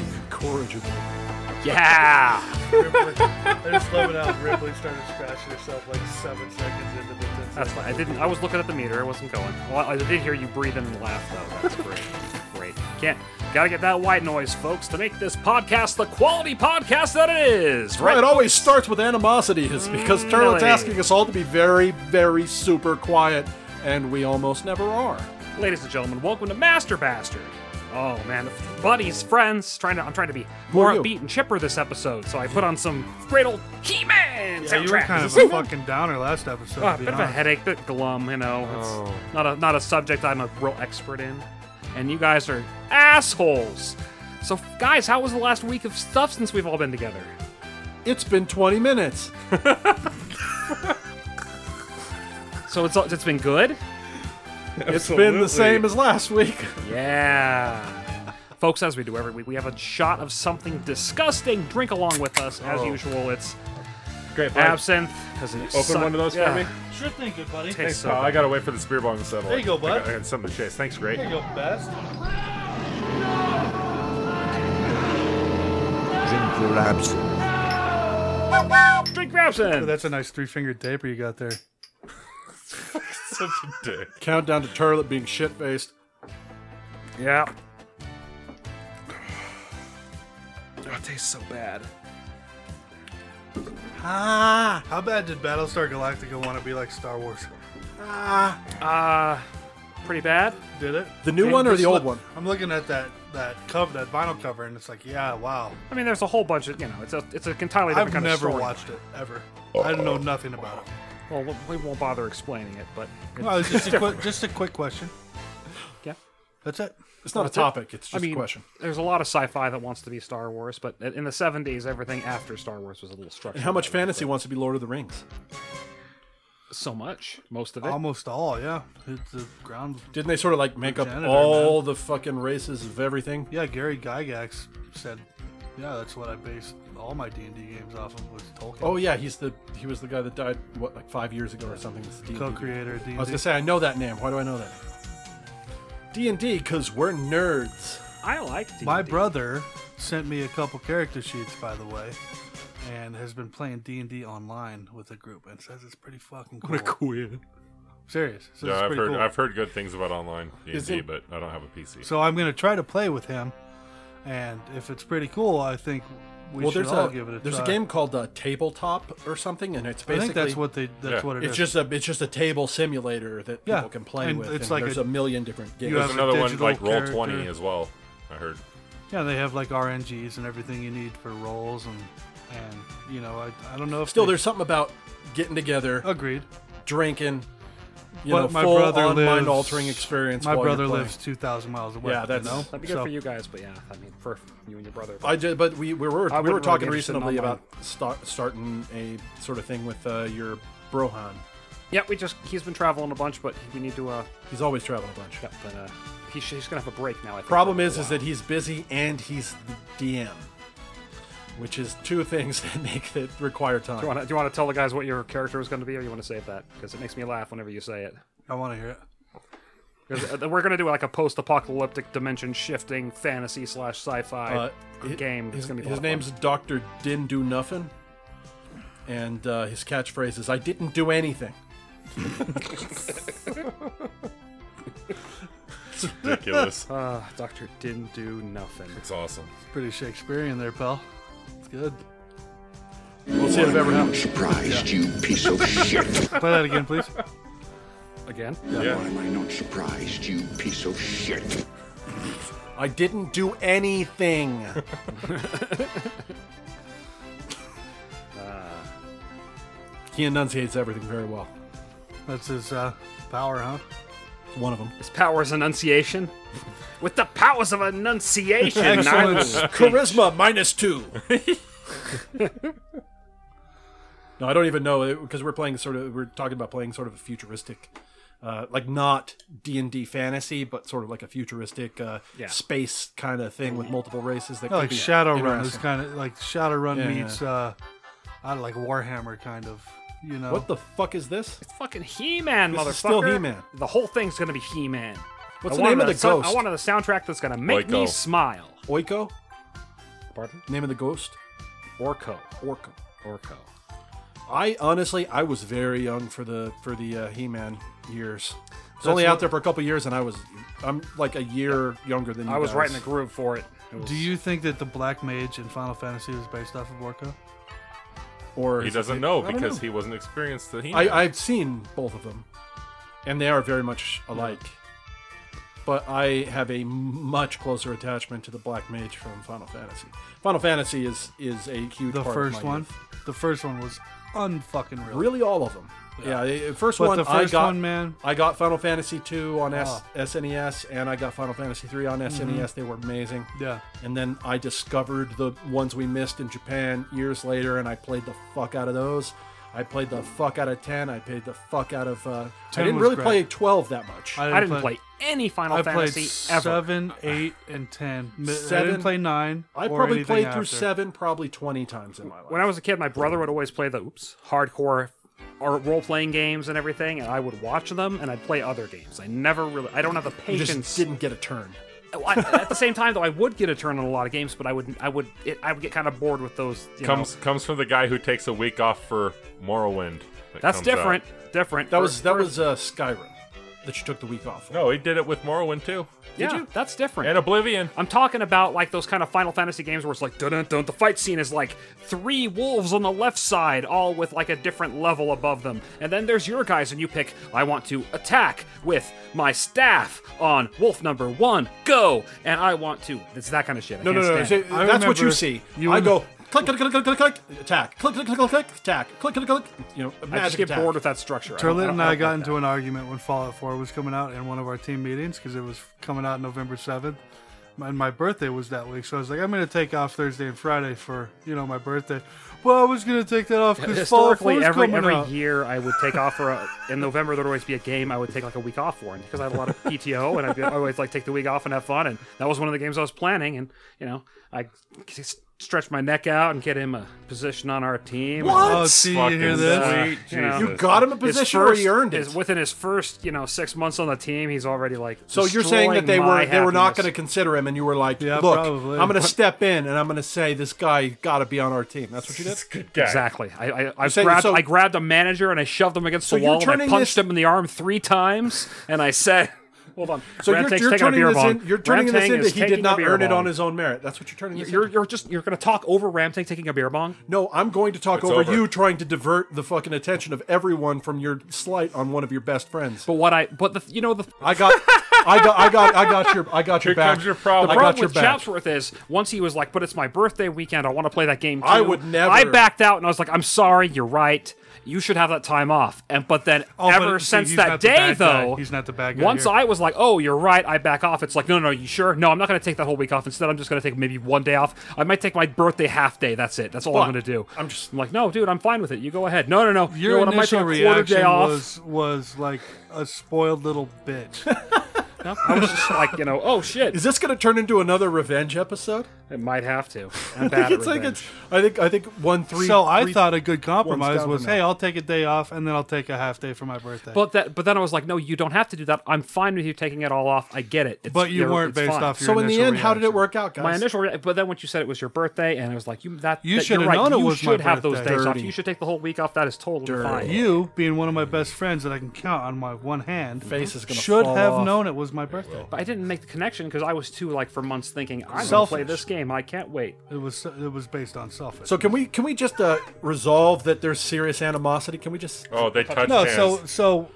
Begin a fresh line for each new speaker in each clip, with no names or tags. incorrigible.
Yeah.
Ripley, I just love it how Ripley started scratching herself like seven seconds into the ten
That's fine. I didn't. I was looking at the meter. I wasn't going. Well, I did hear you breathe in and laugh, though. That's great. great. Can't. Gotta get that white noise, folks, to make this podcast the quality podcast that it is.
Right,
Right.
it always starts with animosities
Mm,
because Turlet's
Really?
asking us all to be very, very super quiet, and we almost never are.
Ladies and gentlemen, welcome to Master Bastard. Oh man, buddies, friends, trying to. I'm trying to be more
you?
upbeat and chipper this episode, so I put on some great old He-Man
Yeah,
soundtrack.
you were kind of a fucking downer last episode.
Oh, a
to be
bit of a
Ah.
honest.
headache, bit glum, you know. It's
Oh.
not a not a subject I'm a real expert in, and you guys are assholes. So, guys, how was the last week of stuff since we've all been together?
It's been 20 minutes.
So it's it's been good.
It's been the same as last week.
Yeah. Folks, as we do every week, we have a shot of something disgusting. Drink along with us, as
Oh.
usual. It's
Great. Bud.
absinthe. Open
Open one of those for me.
Sure thing, good buddy.
Thanks, pal. I gotta wait for the spear bong to settle.
There you go,
I
bud.
got, I got something to chase. Thanks, Greg.
There you go, best.
Drink your absinthe.
Drink your absinthe.
That's a nice three-fingered taper you got there.
Such a dick.
Countdown to Turlet being shit faced.
Yeah. Oh, it tastes so bad.
Ah,
How bad did Battlestar Galactica want to be like Star Wars?
ah.
Uh, pretty bad.
Did it?
The new one or the old one?
I'm looking at that that cover, that vinyl cover, and it's like, yeah, wow.
I mean, there's a whole bunch of you know, it's a it's an entirely different
I've
kind
never
of story.
watched it ever. I know nothing about it.
Well, we- we won't bother explaining it, but it's,
Well, it's just a
different.
quick, just a quick question.
Yeah.
That's it.
It's not a topic, it's
I
just
mean,
a question.
there's a lot of sci-fi that wants to be Star Wars, but in the '70s, everything after Star Wars was a little structured.
And how much
that way,
fantasy wants to be Lord of the Rings?
but- So much, most of
Um,
it.
Almost all, yeah. It's the ground.
Didn't they sort of like make up
Janitor,
all the fucking races of everything?
Yeah, Gary Gygax said, yeah, that's what I based all my D and D games off of was Tolkien.
Oh yeah, he's the he was the guy that died what like five years ago or something. It's the D&D.
co-creator of
I was
D&D.
gonna say I know that name. Why do I know that? D and D, cause we're nerds.
I liked
My
D&D.
brother sent me a couple character sheets, by the way, and has been playing D and D online with a group, and says it's pretty fucking cool.
Queer.
Serious, says it's
Yeah, I've
pretty
heard
cool.
I've heard good things about online
Is
D&D,
it-
but I don't have a PC.
So I'm gonna try to play with him, and if it's pretty cool, I think we
Well,
should
there's
all
a,
give it a
there's
try.
a game called uh, Tabletop or something, and it's
I
basically
think that's what they. That's
Yeah.
what it
it's
is.
just a it's just a table simulator that
Yeah,
people can play
and
with.
it's
and
like
there's
a-
a, million different games.
you
There's
have a
another one
digital
like Roll
character.
Twenty as well. I heard.
Yeah, they have like RNGs and everything you need for rolls and and you know I, I don't know if
Still,
they-
there's something about getting together,
agreed.
drinking. You
but
know,
my
full
brother
on
lives
mind altering experience.
My
while
brother
you're playing.
lives two thousand miles away.
Yeah, that's-
you know?
That'd be good
So-
for you guys, but yeah, I mean, for you and your brother.
I did, but we, we were
I
we were
wouldn't really
talking
be interested in
recently
online.
about start, starting a sort of thing with uh, your Brohan.
yeah, we just he's been traveling a bunch, but we need to. uh
He's always traveling a bunch.
yeah, But uh, he, sh- he's gonna have a break now. I think.
Problem
for a
is, is
while.
that he's busy and he's the DM, which is two things that make that require
Do you,
time.
want to, do you want to tell the guys what your character was going to be, or you want to save that? Because it makes me laugh whenever you say it.
I want to hear it.
'Cause, uh, we're going to do like a post-apocalyptic dimension shifting fantasy slash sci-fi
Uh,
g-
hi-
game.
His,
it's going to be a lot of
his
fun.
name's Doctor Didn't Do Nothing, and uh, his catchphrase is "I didn't do anything."
Ridiculous.
Uh, Doctor didn't do nothing.
it's awesome.
It's pretty Shakespearean there, pal. It's good.
We'll see if it ever happens.
Surprised, you piece of shit.
Play that again, please.
Again,
Why am I not surprised, you piece of shit?
I didn't do anything. Ah. he enunciates everything very well.
That's his uh, power, huh?
It's one of them.
his powers enunciation. With the powers of enunciation, I
Excellent.
will-
Charisma minus two. no, I don't even know because we're playing sort of we're talking about playing sort of a futuristic, uh, like not D and D fantasy, but sort of like a futuristic uh,
Yeah.
space kind of thing with multiple races that
Yeah,
could
like
be
Shadowrun is
interesting.
kind of like Shadowrun
Yeah,
meets uh, I don't like Warhammer, kind of. You know,
What the fuck is this?
fucking He-Man,
This
motherfucker.
is still He-Man.
The whole thing's going to be He-Man.
What's
I
the
wanted
name of
a
the
sou- I
ghost?
wanted a soundtrack that's going to make me
Oiko.
smile.
Oiko?
Pardon?
Name of the ghost? Orko. Orko.
Orco.
I honestly, I was very young for the for the uh, He-Man years. I was only out there for a couple years, and I was I'm like a year younger than you.
I was
guys.
right in the groove for it. It was-
Do you think that the Black Mage in Final Fantasy was based off of Orko?
Or
He
is it-
doesn't know
I don't
because
know.
he wasn't experienced. That he.
I, I've seen both of them, and they are very much alike. But I have a much closer attachment to the Black Mage from Final Fantasy. Final Fantasy is is a huge
The
part
first
of my
one.
youth.
The first one was unfucking real.
Really, all of them. Yeah, the first
But
one
the
I
first
got.
one, man,
I got Final Fantasy two on S-
Oh.
SNES, and I got Final Fantasy three on SNES. They were amazing.
Mm-hmm. yeah.
And then I discovered the ones we missed in Japan years later, and I played the fuck out of those. I played the fuck out of 10. I played the fuck out of. Uh, I
10
didn't
was
really
great.
play 12 that much.
I didn't play any Final
I played
Fantasy ever.
seven, eight, and ten. Mi- I
Seven-
didn't play nine.
I
or
probably
anything
played through
after.
7 probably 20 times in my life.
When I was a kid, my brother would always play the oops hardcore or role playing games and everything, and I would watch them and I'd play other games. I never really, I don't have the
You
patience.
just didn't get a turn.
I, at the same time, though, I would get a turn on a lot of games, but I would, I would, it, I would get kind of bored with those. You know.
comes comes from the guy who takes a week off for Morrowind. that
That's
comes out.
different. Different.
That
For-
was that
for-
was uh, Skyrim that you took the week off.
No, he did it with Morrowind too,
yeah. That's different.
and Oblivion.
I'm talking about like those kind of Final Fantasy games where it's like dun dun dun. The fight scene is like three wolves on the left side, all with like a different level above them, and then there's your guys, and you pick. I want to attack with my staff on wolf number one. Go, and I want to. It's that kind of shit. I
No, no,
can't
no. no.
stand it.
See, that's what you
remember
see.
you
I
and-
go click, click, click, click, click, click, attack, click, click, click, click, click, attack, click, click, click. You know,
I just
magic
get
attack.
bored with that structure. I don't-
Turlin and
don't
I
like
got
that.
into an argument when Fallout 4 was coming out in one of our team meetings because it was coming out November 7th. And my birthday was that week, so I was like, I'm going to take off Thursday and Friday for, you know, my birthday. Well, I was going to take that off because Fallout 4
Historically,
is
every
coming
every
out.
year I would take off for a, in November. There'd always be a game I would take like a week off for, and because I had a lot of PTO, and I'd be- I always like take the week off and have fun. And that was one of the games I was planning, and you know I s- stretched my neck out and get him a position on our team.
What?
Oh, see, you
Fucking
hear this?
sweet
You know.
Jesus.
You got him a
His
position where he
first-
earned it.
his- within his first you know six months on the team. He's already like
So you're saying that they were
destroying
they were
my
not
happiness.
going to consider him, and you were like,
Yeah,
"Look,
probably.
I'm going to step in, and I'm going to say this guy got to be on our team." That's what you did.
That's a good guy.
Exactly. I I, I
saying-
grabbed
so-
I grabbed a manager and I shoved him against
So
the
you're
wall and I
turning
punched
this-
him in the arm three times and I said, "Hold on."
So you're,
Rantak's
you're
taking a
turning
beer
this
bong.
in, you're turning this
Ramtang
into
is
he
taking
did
a
not
beer
earn it
bong.
on his own merit. That's what you're turning this
You're
into.
you're just you're gonna talk over Ramtang taking a beer bong.
No, I'm going to talk over,
over.
you trying to divert the fucking attention of everyone from your slight on one of your best friends.
But what I but the you know the.
I got, I got, I got, I got your, I got your
Here
back.
comes your problem.
I
problem
got your
with
back.
Chapsworth is once he was like, "But it's my birthday weekend. I want to play that game." Too.
I would never-
I backed out and I was like, "I'm sorry. You're right. You should have that time off." And but then
Oh, but
ever
see,
since
he's
that
not the
day,
bad guy.
though,
He's not the bad guy
Once
here.
I was like, "Oh, you're right. I back off." It's like, "No, no, you sure? No, I'm not going to take that whole week off. Instead, I'm just going to take maybe one day off. I might take my birthday half day. That's it. That's all I'm
But
going to do."
I'm just-
like, "No, dude, I'm fine with it. You go ahead. No, no, no.
Your
you know what? I might
initial
take a quarter
reaction
day off.
was was like a spoiled little bitch.
No, I was just like, you know, oh shit,
Is this going to turn into another revenge episode?
it might have to. I'm bad
it's
at
like
revenge.
it's. I think. I think one three.
so I
three-
thought a good compromise
down
was,
from that.
hey, I'll take a day off and then I'll take a half day for my birthday.
But that, but then I was like, no, you don't have to do that. I'm fine with you taking it all off. I get it. It's-
But you
you're-
weren't
it's
based
fine.
off your
So in the
initial
end, how did it
reaction.
work out, guys?
my initial, re- but then once you said it was your birthday, and I was like, you that
You
that-
should
you're
have
right.
known it
you
was my
should have those
birthday.
days off.
Dirty.
You should take the whole week off. That is totally
Dirty.
fine.
You, being one of my best friends that I can count on my one hand,
Face is gonna
should
fall
have
off.
known it was my birthday.
but I didn't make the connection because I was too like for months thinking I'm gonna
Selfish.
play this game. I can't wait.
It was it was based on selfish.
So can we can we just uh, resolve that there's serious animosity? Can we just?
Oh, they touched
no,
hands.
so so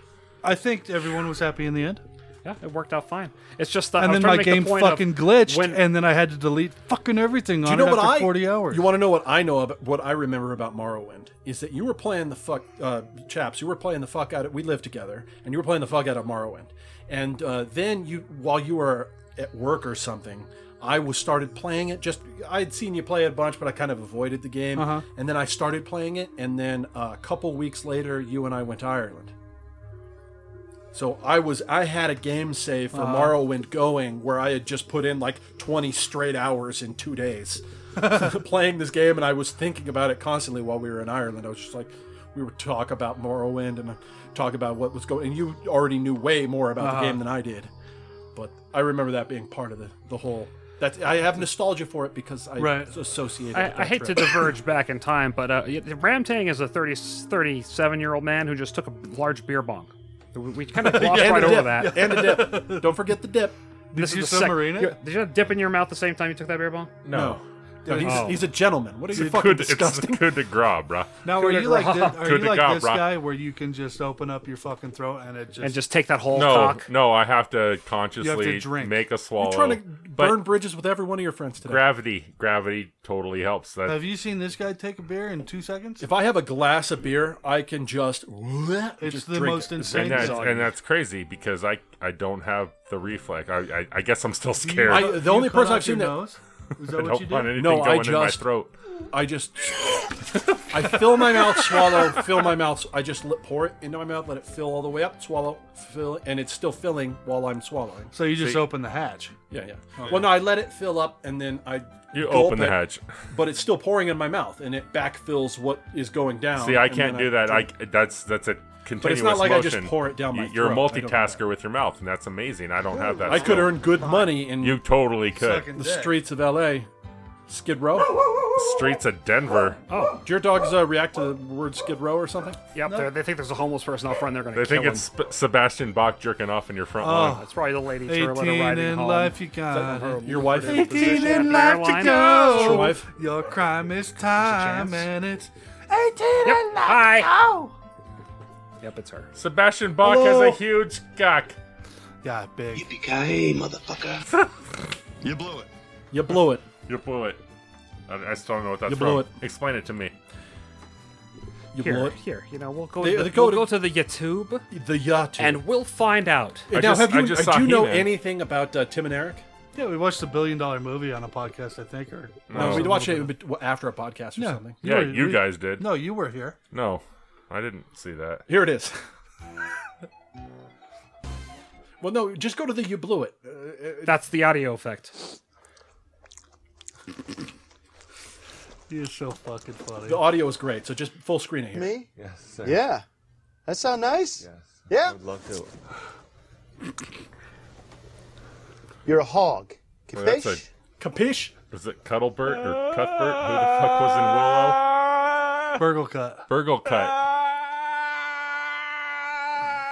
I think everyone was happy in the end.
Yeah, it worked out fine. It's just that I
And
was
then
trying
my
to make
game
the point
fucking
of
glitched,
when-
and then I had to delete fucking everything
Do
on
you know
it
what
after
I?
40 hours.
You want to know what I know about what I remember about Morrowind is that you were playing the fuck uh, chaps. You were playing the fuck out. of We lived together, and you were playing the fuck out of Morrowind. And uh, then you, while you were at work or something, I was started playing it. Just I'd seen you play it a bunch, but I kind of avoided the game.
Uh-huh.
And then I started playing it, and then uh, a couple weeks later, you and I went to Ireland. So I was I had a game save for Morrowind going where I had just put in like 20 straight hours in 2 days playing this game and I was thinking about it constantly while we were in Ireland. I was just like we would talk about Morrowind and talk about what was going and you
Uh-huh.
already knew way more about the game than I did. But I remember that being part of the the whole That's I have nostalgia for it because I
Right.
associated. with
I, I
that
hate to
trip.
diverge back in time, but uh, y- Ramtang is a 30, 37 year old man who just took a large beer bong. We, we kind of glossed
and
right
the
over
dip.
that.
And the dip. Don't forget the dip.
This
you
is the sec-
submarine it?
you're- Did you dip in your mouth the same time you took that beer bong?
No. No, he's,
Oh.
he's a gentleman. What are you fucking
Good, it's
disgusting?
good to grab, bruh.
Now, are
Coup de
you like,
grace.
thi- are
Coup
you
de
like
grace,
this
bro.
guy where you can just open up your fucking throat and it just,
And just take that whole
No,
cock.
no, I have to consciously
drink.
make a swallow.
You're trying to
Oh, but
burn bridges with every one of your friends today.
gravity, gravity totally helps. That
Have you seen this guy take a beer in two seconds?
If I have a glass of beer, I can just.
It's
just
the
drink
most
it.
insane.
and, that's,
thing.
and that's crazy because I I don't have the reflex. I I, I guess I'm still scared.
I-
I,
the
You
only
cut
person
off
I've seen
your
that-
nose? Is that what you
don't want
did?
anything
No, I
going in my
just-
throat.
I just. I fill my mouth, swallow, fill my mouth. I just let, pour it into my mouth, let it fill all the way up, swallow, fill, and it's still filling while I'm swallowing.
So you just open the hatch.
Yeah, yeah. Well, no, I let it fill up, and then I
You
gulp
open the
it,
hatch.
but it's still pouring in my mouth, and it backfills what is going down.
See, I
and
can't
then
do that. I that's that's a continuous
it's not like I just
motion.
pour it down my
You- You're a
throat. I don't have
multitasker with your mouth, and that's amazing. I don't have that.
I could
skill.
earn good money in
You totally could.
Sucking
the
dick.
streets of L.A. Skid Row.
Streets of Denver.
Did your dogs uh, react to the word Skid Row or something?
Yep, they're they think there's a homeless person out front. They're going to
They
kill
think it's
him.
Sp- Sebastian Bach jerking off in your front
Ah. Oh,
lawn.
It's probably the lady turtle
18
riding
Oh, in
home.
life, you got it.
Your wife. is in the
18
position.
in life to
Caroline.
It's your
go.
wife.
Your crime is time,
chance.
and it's
Yep.
Ah.
Hi. Oh. Yep, it's her.
Sebastian Bach has a huge cock.
yeah, big.
Yippee-ki-yay, motherfucker.
You blew it.
You blew it.
You blew it. I, I still don't know what that's
You blew
from. Explain it to me.
You blew
Here,
it.
here. You know, we'll go.
They-
to the,
they go
we'll
to-
go to the YouTube,
The yacht.
and we'll find out.
now,
just-
have
I
you?
just
uh,
saw
do you know
He-Man.
anything about uh, Tim and Eric?
Yeah, we watched a billion dollar movie on a podcast, I think. Or
No, we'd watch it bet- after a podcast or something.
Yeah, you guys did.
No, you were here.
No, I didn't see that.
Here it is. well, no, just go to the you blew it.
That's the audio effect.
You're so fucking funny.
The audio is great, so just full screen it here.
Me? Yes, sir. Yeah. That sound nice? Yes. Yeah? I'd love to. You're a hog.
Well, that's
Capiche?
Capiche?
Was it Cuddlebert
Ah.
or Cuthbert? Who the fuck was
Burgle cut.
in Willow? Burgle Cut.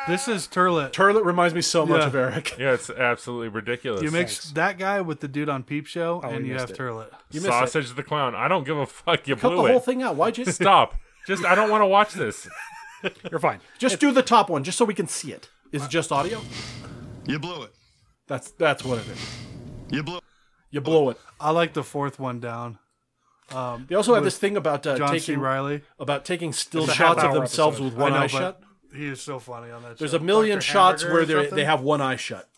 This is Turlet.
Turlet reminds me so much
Yeah.
of Eric.
Yeah, it's absolutely ridiculous.
You mix that guy with the dude on Peep Show, and
Oh, we
you
missed
have
it.
Turlet.
You missed it.
Sausage the Clown. I don't give a fuck. You
Cut
blew
the
it.
whole thing out. Why'd you
Stop. Just I don't want to watch this.
You're fine.
just do the top one, just so we can see it? Is it just audio?
You blew it.
That's that's what it is.
You blew.
You blow it.
I like the fourth one down.
They also have this thing about uh,
John C.
taking
Riley.
about taking still
It's a
shots of
half-hour
themselves
episode.
with one
I know, but
eye shut.
He is so funny on that.
There's
show.
a million
Dr.
shots
Hamburger
where
or
they
something?
they have one eye shut.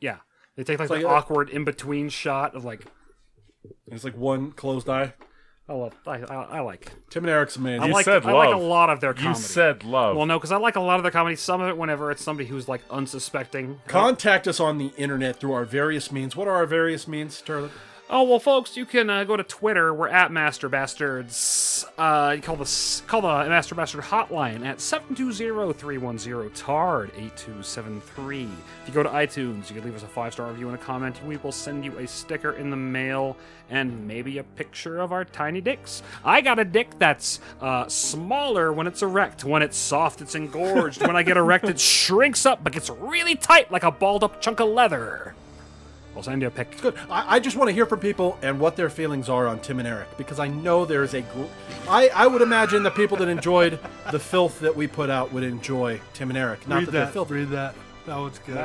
Yeah, they take like,
like
the
a-
awkward in between shot of like.
It's like one closed eye.
I love. I, I, I like.
Tim and Eric's amazing.
I like.
said
I like a
love.
lot of their
You
comedy.
said love.
Well, no, because I like a lot of their comedy. Some of it, whenever it's somebody who's like unsuspecting.
Contact us on the internet through our various means. What are our various means, Turlet?
Oh well, folks, you can uh, go to Twitter. We're at Master Bastards. Uh, you call the s- call the Master Bastard hotline at 720-310-TARD eight two seven three. If you go to iTunes, you can leave us a five star review and a comment. We will send you a sticker in the mail and maybe a picture of our tiny dicks. I got a dick that's uh, smaller when it's erect. When it's soft, it's engorged. when I get erect, it shrinks up but gets really tight like a balled up chunk of leather. I'll send you a pic.
Good. I, I just want to hear from people and what their feelings are on Tim and Eric because I know there is a group. I, I would imagine the people that enjoyed the filth that we put out would enjoy Tim and Eric. Not
Read
that, they're
that.
filthy.
Read that. That one's good.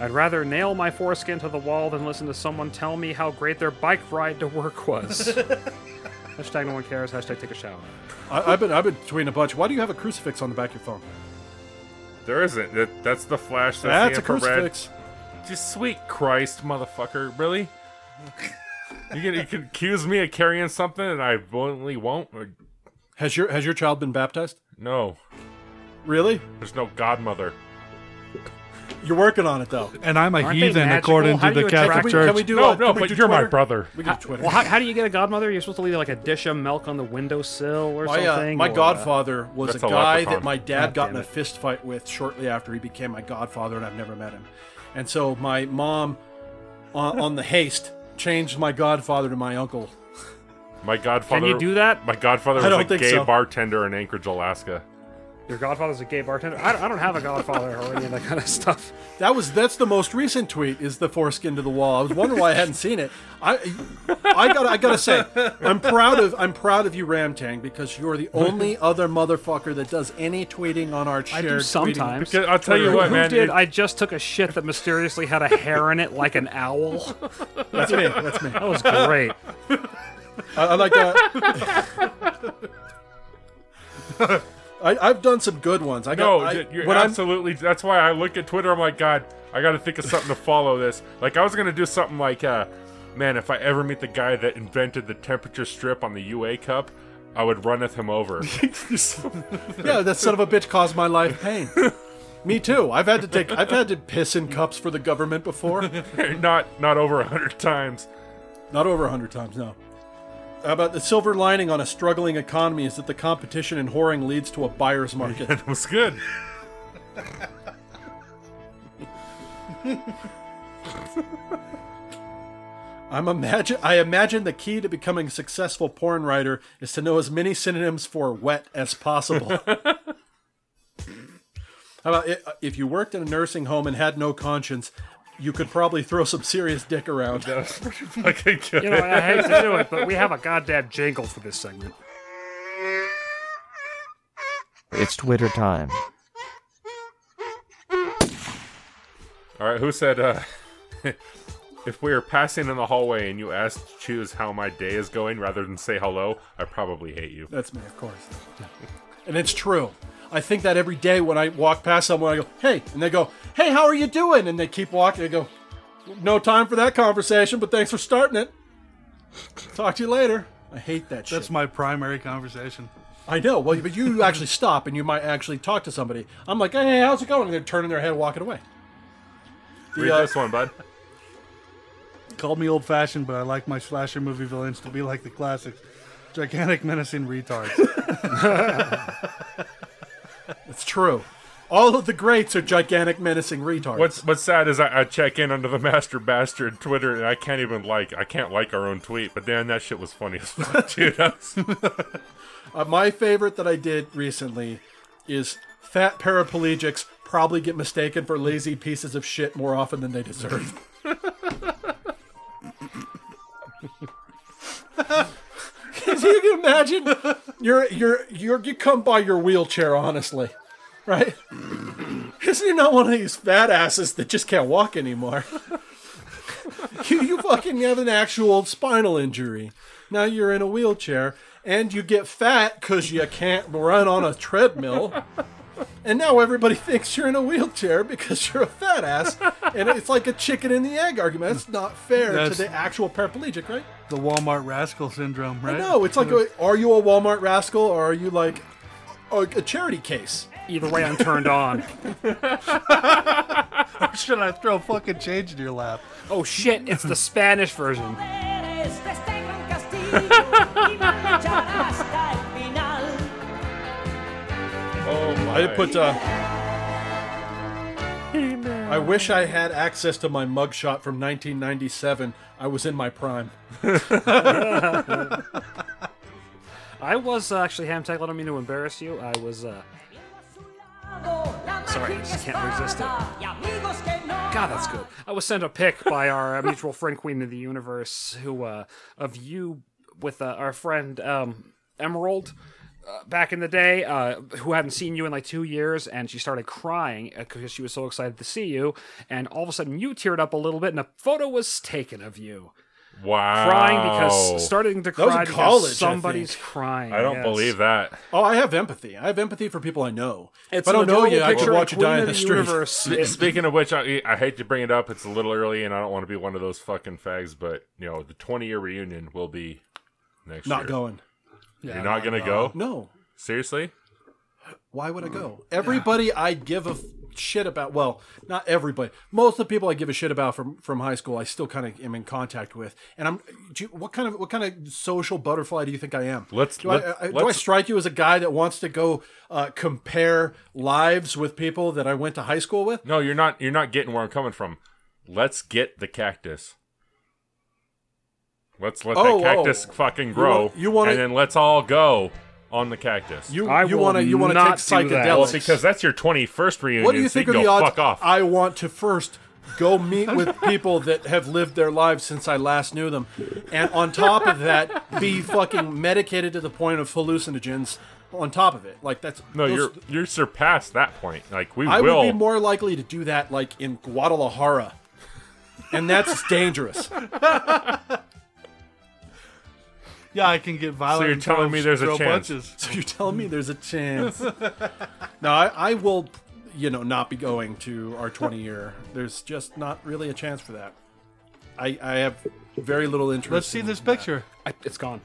I'd rather nail my foreskin to the wall than listen to someone tell me how great their bike ride to work was. hashtag no one cares. Hashtag take a shower.
I, I've been I've been tweeting a bunch. Why do you have a crucifix on the back of your phone?
There isn't. That, that's the flash. That's,
That's
the
a
infrared.
crucifix.
Just sweet Christ, motherfucker. Really? you can you can accuse me of carrying something and I willingly won't? Or,
Has your has your child been baptized?
no.
Really?
There's no godmother.
You're working on it though.
And I'm a
Aren't they
heathen
magical?
according
How do
to the
you attract-
Can
Catholic
we,
Church.
can we do?
no,
uh,
no,
can we
but
do
you're my
Twitter?
brother.
We can do Twitter.
Well, how, how do you get a godmother? You're supposed to leave like a dish of milk on the windowsill or
My, uh,
something.
my
or,
godfather was a
That's a
guy
leprechaun.
that my dad got in
damn
a fist fight with shortly after he became my godfather, and I've never met him. And so my mom uh, on, on the haste changed my godfather to my uncle.
My godfather.
Can you do that?
My godfather
I
was
don't
a
think
gay
so.
bartender in Anchorage, Alaska.
Your godfather's a gay bartender. I don't, I don't have a godfather or any of that kind of stuff.
That was that's the most recent tweet is the foreskin to the wall. I was wondering why I hadn't seen it. I I got I gotta say I'm proud of I'm proud of you Ramtang because you're the only other motherfucker that does any tweeting on our
I
shared
do
tweeting
sometimes.
Because I'll tell you what,
Who
man.
did?
it-
I just took a shit that mysteriously had a hair in it, like an owl.
That's me. That's me.
That was great.
I, I like that. I, I've done some good ones. I got
no,
I,
dude, you're
when I'm-
absolutely. That's why I look at Twitter. I'm like, God, I got to think of something to follow this. Like I was gonna do something like, uh, man, if I ever meet the guy that invented the temperature strip on the UA Cup, I would runneth him over.
yeah, that son of a bitch caused my life pain. Me too. I've had to take I've had to piss in cups for the government before.
not not over a hundred times.
Not over 100 times, no. About the silver lining on a struggling economy is that the competition and whoring leads to a buyer's market.
That was good.
I'm imagine I imagine the key to becoming a successful porn writer is to know as many synonyms for wet as possible. How about i- uh, if you worked in a nursing home and had no conscience, you could probably throw some serious dick around.
Fucking good.
You know, I hate to do it, but we have a goddamn jingle for this segment.
It's Twitter time.
All right, who said uh, if we are passing in the hallway and you asked to choose how my day is going rather than say hello, I probably hate you.
That's me, of course. And it's true. I think that every day when I walk past someone, I go, hey, and they go, hey, how are you doing? And they keep walking. I go, no time for that conversation, but thanks for starting it. Talk to you later. I hate that shit.
That's my primary conversation.
I know. Well, but you actually stop and you might actually talk to somebody. I'm like, hey, how's it going? And they're turning their head, walking away.
Read
uh,
this one, bud.
Called me old fashioned, but I like my slasher movie villains to be like the classics. Gigantic menacing retards.
It's true. All of the greats are gigantic, menacing retards.
What's what's sad is I, I check in under the master bastard Twitter and I can't even like I can't like our own tweet, but damn that shit was funny as fuck, dude. I was-
Oh Uh, my favorite that I did recently is fat paraplegics probably get mistaken for lazy pieces of shit more often than they deserve. Can you imagine? You're you're you're you come by your wheelchair honestly, right? Isn't he not one of these fat asses that just can't walk anymore? you, you fucking have an actual spinal injury. Now you're in a wheelchair and you get fat because you can't run on a treadmill. And now everybody thinks you're in a wheelchair because you're a fat ass. And it's like a chicken and the egg argument. That's not fair
That's-
to the actual paraplegic, right?
the Walmart rascal syndrome, right?
No, it's like, are you a Walmart rascal or are you like a, a charity case?
Either way, I'm turned on.
should I throw fucking change in your lap?
Oh shit! It's the Spanish version.
Eres testigo en castigo y van a luchar hasta el final.
oh my.
I did put. Uh, I wish I had access to my mugshot from 1997. I was in my prime.
I was uh, actually Hamtag. I don't mean to embarrass you. I was. Uh, Sorry, I just can't resist it. God, that's good. I was sent a pic by our uh, mutual friend, Queen of the Universe, who uh, of you with uh, our friend um, Emerald uh, back in the day, uh, who hadn't seen you in like two years, and she started crying because she was so excited to see you, and all of a sudden you teared up a little bit, and a photo was taken of you
Wow.
crying because starting to
was
cry
in college, I
because somebody's crying.
I don't
yes.
believe that.
Oh, I have empathy. I have empathy for people I know.
It's
if I
an
don't know
adorable
you, I
picture
can
of
watch you
Queen
die
of
in the
the
street.
Universe.
Sp- Speaking of which, I, I hate to bring it up. It's a little early, and I don't want to be one of those fucking fags. But you know, the 20 year reunion will be next
Not
year.
going.
You're not gonna go?
No.
Seriously?
Why
Mm.
would I go? Everybody I give a f- shit about, well, not everybody. Most of the people I give a shit about from from high school, I still kind of am in contact with. And I'm do you, what kind of what kind of social butterfly do you think I am?
Let's-
do
let-
I, I, do I
let's-
strike you as a guy that wants to go uh, compare lives with people that I went to high school with?
No, you're not. You're not getting where I'm coming from. Let's get the cactus. Let's let
Oh,
that cactus
oh.
fucking
You
grow,
want- you wanna-
and then let's all go on the cactus.
You
I
you
will
want to you want to
not
take
do that. Well,
psychedelics
because that's your 21st reunion.
what do you
so
think
you
of
can
the
go
odds?
Fuck off.
I want to first go meet with people that have lived their lives since I last knew them, and on top of that, be fucking medicated to the point of hallucinogens. On top of it, like that's
no,
those-
you're you're surpassed that point. Like we
I
will.
would be more likely to do that, like in Guadalajara, and that's dangerous.
Yeah, I can get violent.
you're
and
telling
throw-
me there's a
throw
chance.
Punches.
So you're telling me there's a chance? no, I, I will, you know, not be going to our 20 year. There's just not really a chance for that. I I have very little interest.
Let's see
in
this
that.
picture.
I, it's gone.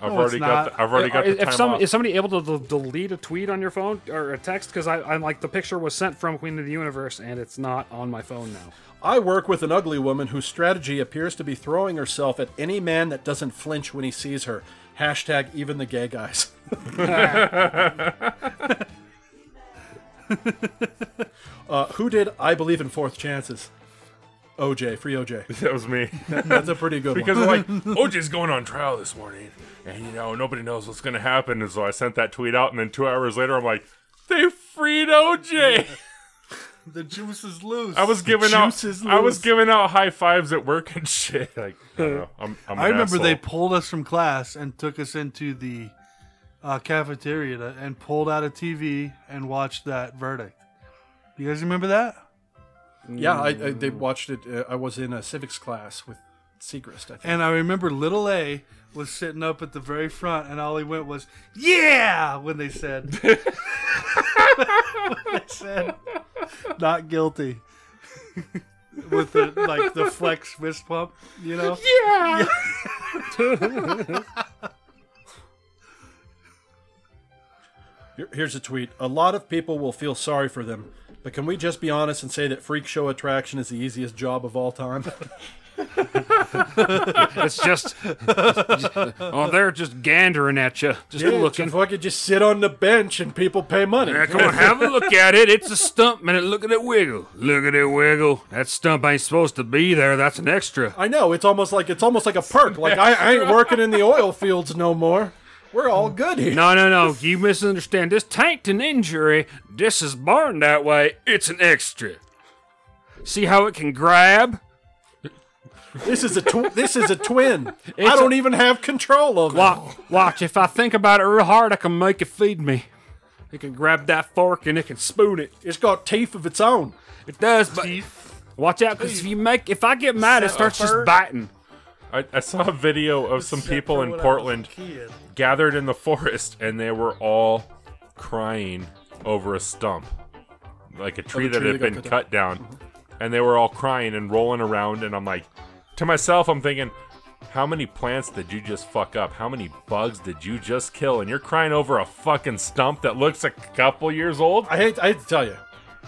I've
No,
already
it's
got.
not.
The, I've already got the
if
time
some
off.
is somebody able to del- delete a tweet on your phone or a text because I'm like the picture was sent from Queen of the Universe and it's not on my phone now.
I work with an ugly woman whose strategy appears to be throwing herself at any man that doesn't flinch when he sees her. Hashtag even the gay guys. uh, who did I believe in fourth chances? OJ, free OJ.
that was me.
That's a pretty good
because
one.
like OJ's going on trial this morning, and you know nobody knows what's gonna happen. And so I sent that tweet out, and then two hours later, I'm like, they freed OJ.
The juice is loose.
I was giving out.
juice is
I was
loose.
giving out high fives at work and shit. Like I don't know. I'm. I'm an
I remember they
asshole.
pulled us from class and took us into the uh, cafeteria to, and pulled out a TV and watched that verdict. You guys remember that?
yeah, I, I they watched it. Uh, I was in a civics class with Seacrest. I think.
And I remember little A was sitting up at the very front, and all he went was "Yeah" when they said, when they said "not guilty," with the like the flex fist pump, you know.
Yeah.
Here- Here's a tweet. A lot of people will feel sorry for them, but can we just be honest and say that freak show attraction is the easiest job of all time?
it's just, oh, they're just gandering at you, just
Yeah,
looking.
If I could just sit on the bench and people pay money.
Yeah, come on, have a look at it. It's a stump, man. Look at it wiggle. Look at it wiggle. That stump ain't supposed to be there. That's an extra.
I know it's almost like it's almost like a perk. Like I, I ain't working in the oil fields no more. We're all good here.
No, no, no. You misunderstand. This tanked an injury. This is born that way. It's an extra. See how it can grab?
This is a tw- this is a twin.
It's
I don't
a-
even have control of it.
Watch, watch. If I think about it real hard, I can make it feed me. It can grab that fork and it can spoon it.
It's got teeth of its own.
It does, but watch out because if you make, if I get mad, it starts just biting.
I, I saw a video of some people in Portland gathered in the forest, and they were all crying over a stump, like a tree that
Oh, tree
had
that got
been
cut Mm-hmm.
cut down, and they were all crying and rolling around. And I'm like, to myself, I'm thinking, how many plants did you just fuck up? How many bugs did you just kill? And you're crying over a fucking stump that looks a couple years old.
I hate I hate to tell you,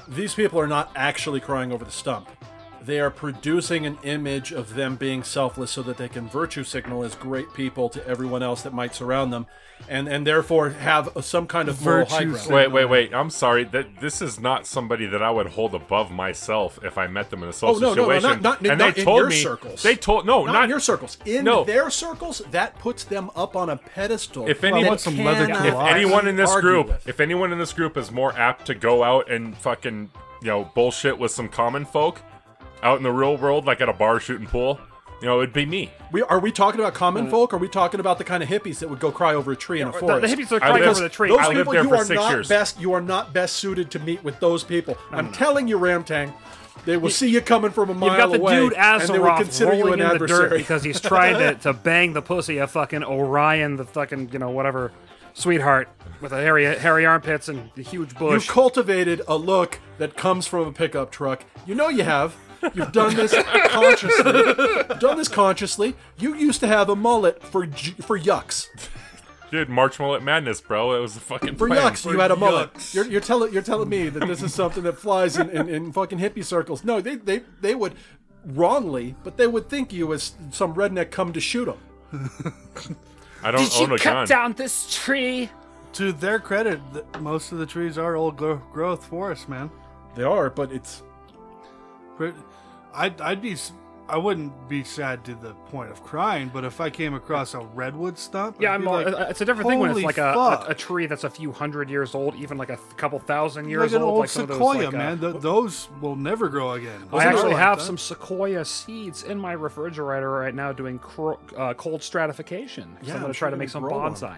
these people are not actually crying over the stump. They are producing an image of them being selfless so that they can virtue signal as great people to everyone else that might surround them, and and therefore have a, some kind of moral high
Virtue
ground.
Wait, wait, wait! I'm sorry. That this is not somebody that I would hold above myself if I met them in a social
Oh, no, no, no,
situation.
not- not-
and
not
they
in
told
your
me,
circles.
They told no,
not, in your circles. In
no.
their circles, that puts them up on a pedestal.
If
that
anyone-
Some leather
cannot
if
anyone in this
argue
group,
with.
if anyone in this group is more apt to go out and fucking you know bullshit with some common folk out in the real world, like at a bar shooting pool, you know, it'd be me.
we, are we talking about common folk? Are we talking about the kind of hippies that would go cry over a tree in a
Uh, the- the
forest?
hippies are
I
crying
live-
over the tree.
Those
I lived
people,
there
you
for
are
six
not
years.
best. You are not best suited to meet with those people. I'm telling you, Ramtang, they will see you coming from a mile
You've got the
away,
dude
and they will
Azeroth
consider you
rolling
an
in the dirt
adversary.
because he's trying to, to bang the pussy of fucking Orion, the fucking you know whatever sweetheart with a hairy hairy armpits and the huge
You've
bush.
cultivated a look that comes from a pickup truck. You know you have. You've done this consciously. You've done this consciously. You used to have a mullet for j- for yucks.
Dude, March Mullet Madness, bro. It was a fucking
For
plan.
yucks, you had a mullet. You're, you're telling you're telling me that this is something that flies in, in, in fucking hippie circles. No, they, they they would wrongly, but they would think you as some redneck come to shoot them.
I don't own a gun.
this tree?
To their credit, th- most of the trees are old gro- growth forests, man.
They are, but it's
Pre- I'd, I'd be s- I wouldn't be sad to the point of crying, but if I came across a redwood stump,
Yeah,
I'd
I'm
be
all, uh,
like,
it's a different thing when it's
"Holy
like a, a,
fuck."
a tree that's a few hundred years old, even like a th- couple thousand
like
years
an
old,
old
like some
sequoia,
of those, like, uh,
man. Th- those will never grow again.
I
Those are
actually
like
have
that.
some sequoia seeds in my refrigerator right now doing cro- uh, cold stratification.
Yeah,
so I'm
I'm
going to try
sure you
to make
can
some
grow 'em.
bonsai.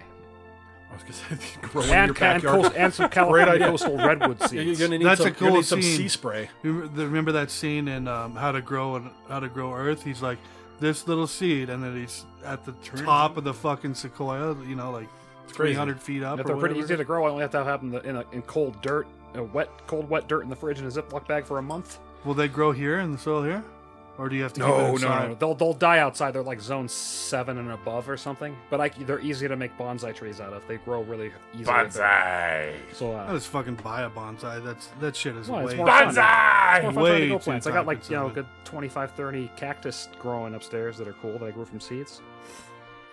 I was gonna say, grow in your
And, ca- and,
backyard.
coast, and some California
idea.
coastal redwood seeds.
You're gonna need
That's
some,
a
you're gonna
cool
need some
scene.
sea spray.
Remember, the- remember that scene in um, How to Grow and How to Grow Earth? He's like this little seed, and then he's at the top of the fucking sequoia. You know, like three
crazy.
hundred feet up.
If
or
they're pretty
whatever.
easy to grow. I only have to have them in, the, in, a, in cold dirt, a wet, cold wet dirt in the fridge in a Ziploc bag for a month.
Will they grow here in the soil here, or do you have to? keep it
No, no,
inside?
no. They'll they'll die outside. They're like zone seven and above or something. But I, they're easy to make bonsai trees out of. They grow really easily.
Bonsai!
So
I
uh,
just fucking buy a bonsai. That's that shit is
Well, it's
way.
more fun. it's
Bonsai!
more fun trying to
way
grow
too
plants. I got like you know a
time-consuming.
good 25, 30 cactus growing upstairs that are cool that I grew from seeds.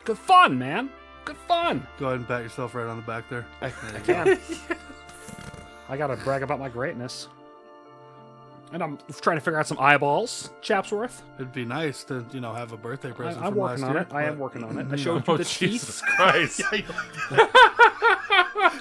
Good fun, man. Good fun.
Go ahead and pat yourself right on the back there.
I, I can. I gotta brag about my greatness. And I'm trying to figure out some eyeballs. Chapsworth.
It'd be nice to you know have a birthday
I,
present
I'm
from
working
last
on
year.
it. I am
but-
working on it. I showed you
Oh,
the
Jesus
teeth.
Christ.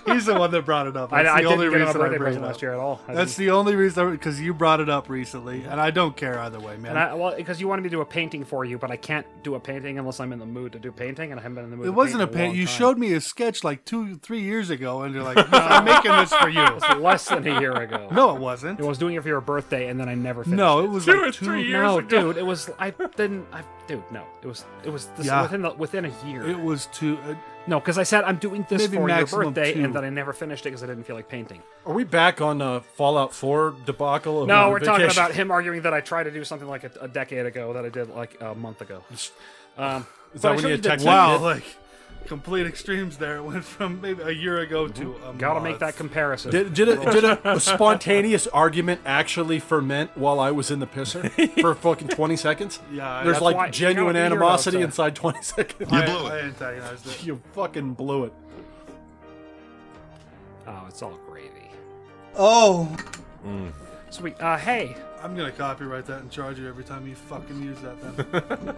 He's the one that brought it up.
I,
That's
I
the only
didn't get it on a
reason I
birthday
bring
present
it up.
last year at all. I
That's
didn't-
the only reason because you brought it up recently, and I don't care either way, man.
And I, well, because you wanted me to do a painting for you, but I can't do a painting unless I'm in the mood to do painting, and I haven't been in the mood.
it
to
wasn't a
paint. in
paint.
long
You
time.
showed me a sketch like two, three years ago, and you're like, "I'm making this for you."
less than a year ago.
No, it wasn't.
I was doing it for your birthday, and then I never finished.
No,
it.
it was
Two or
like
three
two.
years
no,
ago.
dude, it was I didn't. I dude, no, it was it was this,
Yeah.
within the, within a year.
It was two. Uh,
no, because I said I'm doing this
Maybe
for your
maximum
birthday,
two.
and then I never finished it because I didn't feel like painting.
Are we back on uh, Fallout 4 debacle? Of
No,
uh,
we're talking
vacation?
about him arguing that I tried to do something like a, a decade ago that I did like a month ago. Um,
Is
but I
that when
showed
you
you the-
attacked that
wow,
kid?
like complete extremes. There it went from maybe a year ago to um, uh, a
Gotta
month.
make that comparison.
Did, did, a, did a, a spontaneous argument actually ferment while I was in the pisser for fucking 20 seconds?
Yeah,
There's
that's
like
why- you gotta
genuine
be here
animosity
outside.
inside 20 seconds.
You
I,
blew
I
it.
antagonized it.
you fucking blew it.
oh, it's all gravy.
Oh,
Sweet. Uh, hey,
I'm gonna copyright that and charge you every time you fucking use that. Then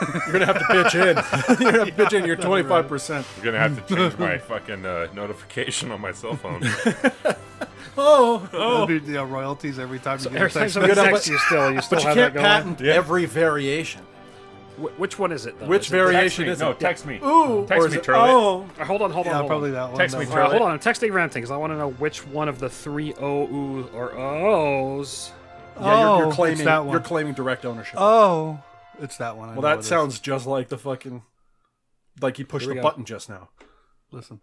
You're going to have to pitch in. You're going to have to pitch in your 25%.
I'm gonna have to change my fucking uh, notification on my cell phone.
Oh,
oh. be, yeah, royalties every time you get a
every time
text.
somebody
Good,
texts
but-
you, still you still
but you
have
can't
that going.
patent every variation.
Wh- which one is it? Though?
Which
Is it-
text
variation
me.
is
No,
it?
text me.
Ooh,
Text
or is
me,
it-
Charlie.
Oh,
Uh, hold on, hold on,
Yeah,
hold
probably
on.
that one.
Text me,
All
that one.
right,
Charlie.
hold on. I'm texting ranting because I want to know which one of the three O's or O's.
yeah, you're,
Oh,
you're
it's
claiming
that one.
you're claiming direct ownership.
Oh, it's that one. I know
well,
it
that
is.
sounds just like the fucking like he pushed
Here
the
we go.
button just now.
Listen,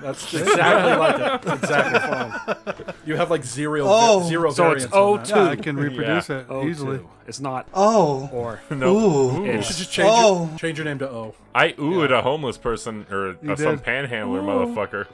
That's exactly like it. Exactly fine. You have like zero
Oh.
zero
So it's
variance on that.
O2.
yeah, I can reproduce it
O
easily.
two. It's not
oh,
or.
ooh.
You should
It's,
just change,
Oh.
your, change your name to O.
I ooh at a homeless person or uh, some
did.
panhandler motherfucker.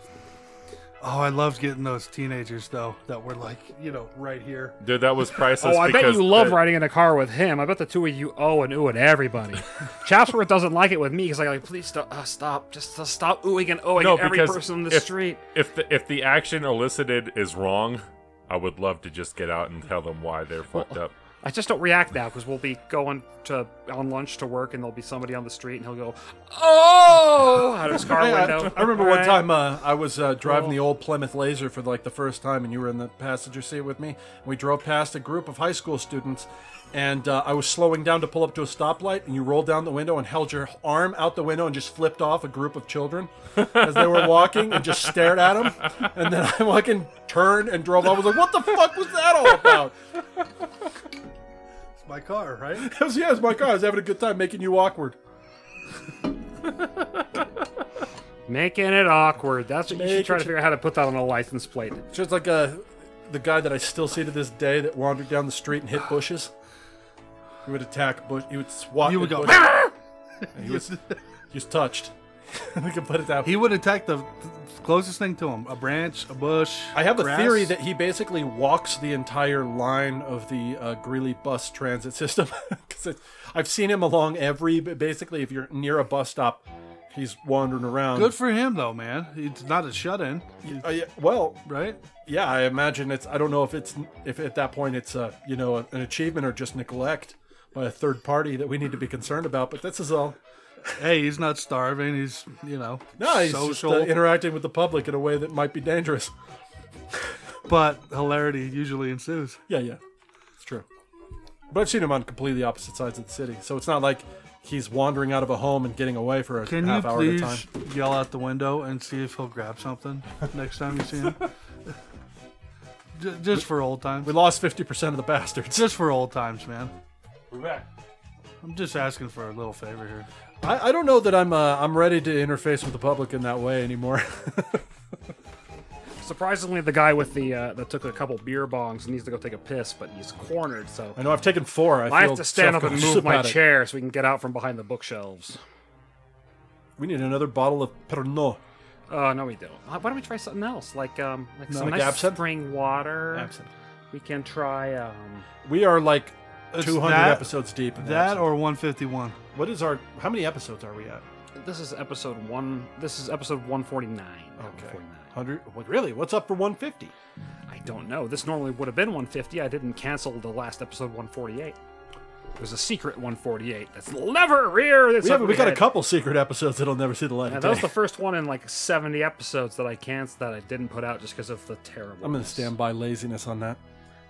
Oh, I loved getting those teenagers though that were like, you know, right here.
Dude, that was priceless.
oh, I bet
because
you love
the-
riding in a car with him. I bet the two of you O and ooh at everybody. Chapsworth doesn't like it with me because I like, please stop, uh, stop, just uh, stop oohing and ohing
No,
at every
because
person on the
if,
street.
If the if the action elicited is wrong, I would love to just get out and tell them why they're fucked up.
I just don't react now because we'll be going to on lunch to work, and there'll be somebody on the street, and he'll go, "Oh!" out of his car
I, I-
window.
I remember one
Right.
time uh, I was uh, driving the old Plymouth Laser for like the first time, and you were in the passenger seat with me. We drove past a group of high school students, and uh, I was slowing down to pull up to a stoplight, and you rolled down the window and held your arm out the window and just flipped off a group of children as they were walking and just stared at them. And then I fucking turned and drove. off. I was like, "What the fuck was that all about?"
It's my car, right?
It was, yeah, it was my car. I was having a good time making you awkward.
making it awkward. That's what you
Make
should try
it-
to figure out how to put that on a license plate.
Just like uh, the guy that I still see to this day that wandered down the street and hit bushes. He would attack bush. He would swat.
You would
at
go. "Ah!"
bushes. he, was, he was touched. we can put it that way.
He would attack the closest thing to him: a branch, a bush.
I have a
grass.
theory that he basically walks the entire line of the uh, Greeley bus transit system. Because I've seen him along every. Basically, if you're near a bus stop, He's wandering around.
Good for him though, man. It's not a shut in,
Uh, yeah, well,
right?
yeah, I imagine it's. I don't know if it's if at that point it's a you know an achievement or just neglect by a third party that we need to be concerned about. But this is all.
Hey, he's not starving. He's you know
No, he's
social,
just uh, interacting with the public in a way that might be dangerous.
but hilarity usually ensues.
Yeah, yeah, it's true. But I've seen him on completely opposite sides of the city, so it's not like he's wandering out of a home and getting away for a
Can you
half hour at a time.
please yell out the window and see if he'll grab something next time you see him? J- just for old times.
We lost fifty percent of the bastards.
Just for old times, man.
We're back.
I'm just asking for a little favor here.
I, I don't know that I'm uh, I'm ready to interface with the public in that way anymore.
Surprisingly, the guy with the uh, that took a couple beer bongs needs to go take a piss, but he's cornered, so
I know I've taken four. I,
I
feel
have to stand up and
self-conscious
move my
about it.
chair so we can get out from behind the bookshelves.
We need another bottle of Pernod.
Uh, no, we don't. Why don't we try something else? Like um, like some
like
nice
absinthe?
spring water.
Absinthe.
We can try um.
We are like 200
that-
episodes deep. in
That
episode.
or 151.
what is our? How many episodes are we at?
This is episode one. This is episode one forty nine.
Okay, hundred. What really? What's up for 150?
I don't know. This normally would have been 150. I didn't cancel the last episode 148. There's a secret 148 that's never rear. That's
We, have,
up
we got a
ahead.
couple secret episodes that'll never see the light
Yeah,
of
that
day.
was the first one in like 70 episodes that I canceled that I didn't put out just because of the terrible.
I'm gonna stand by laziness on that.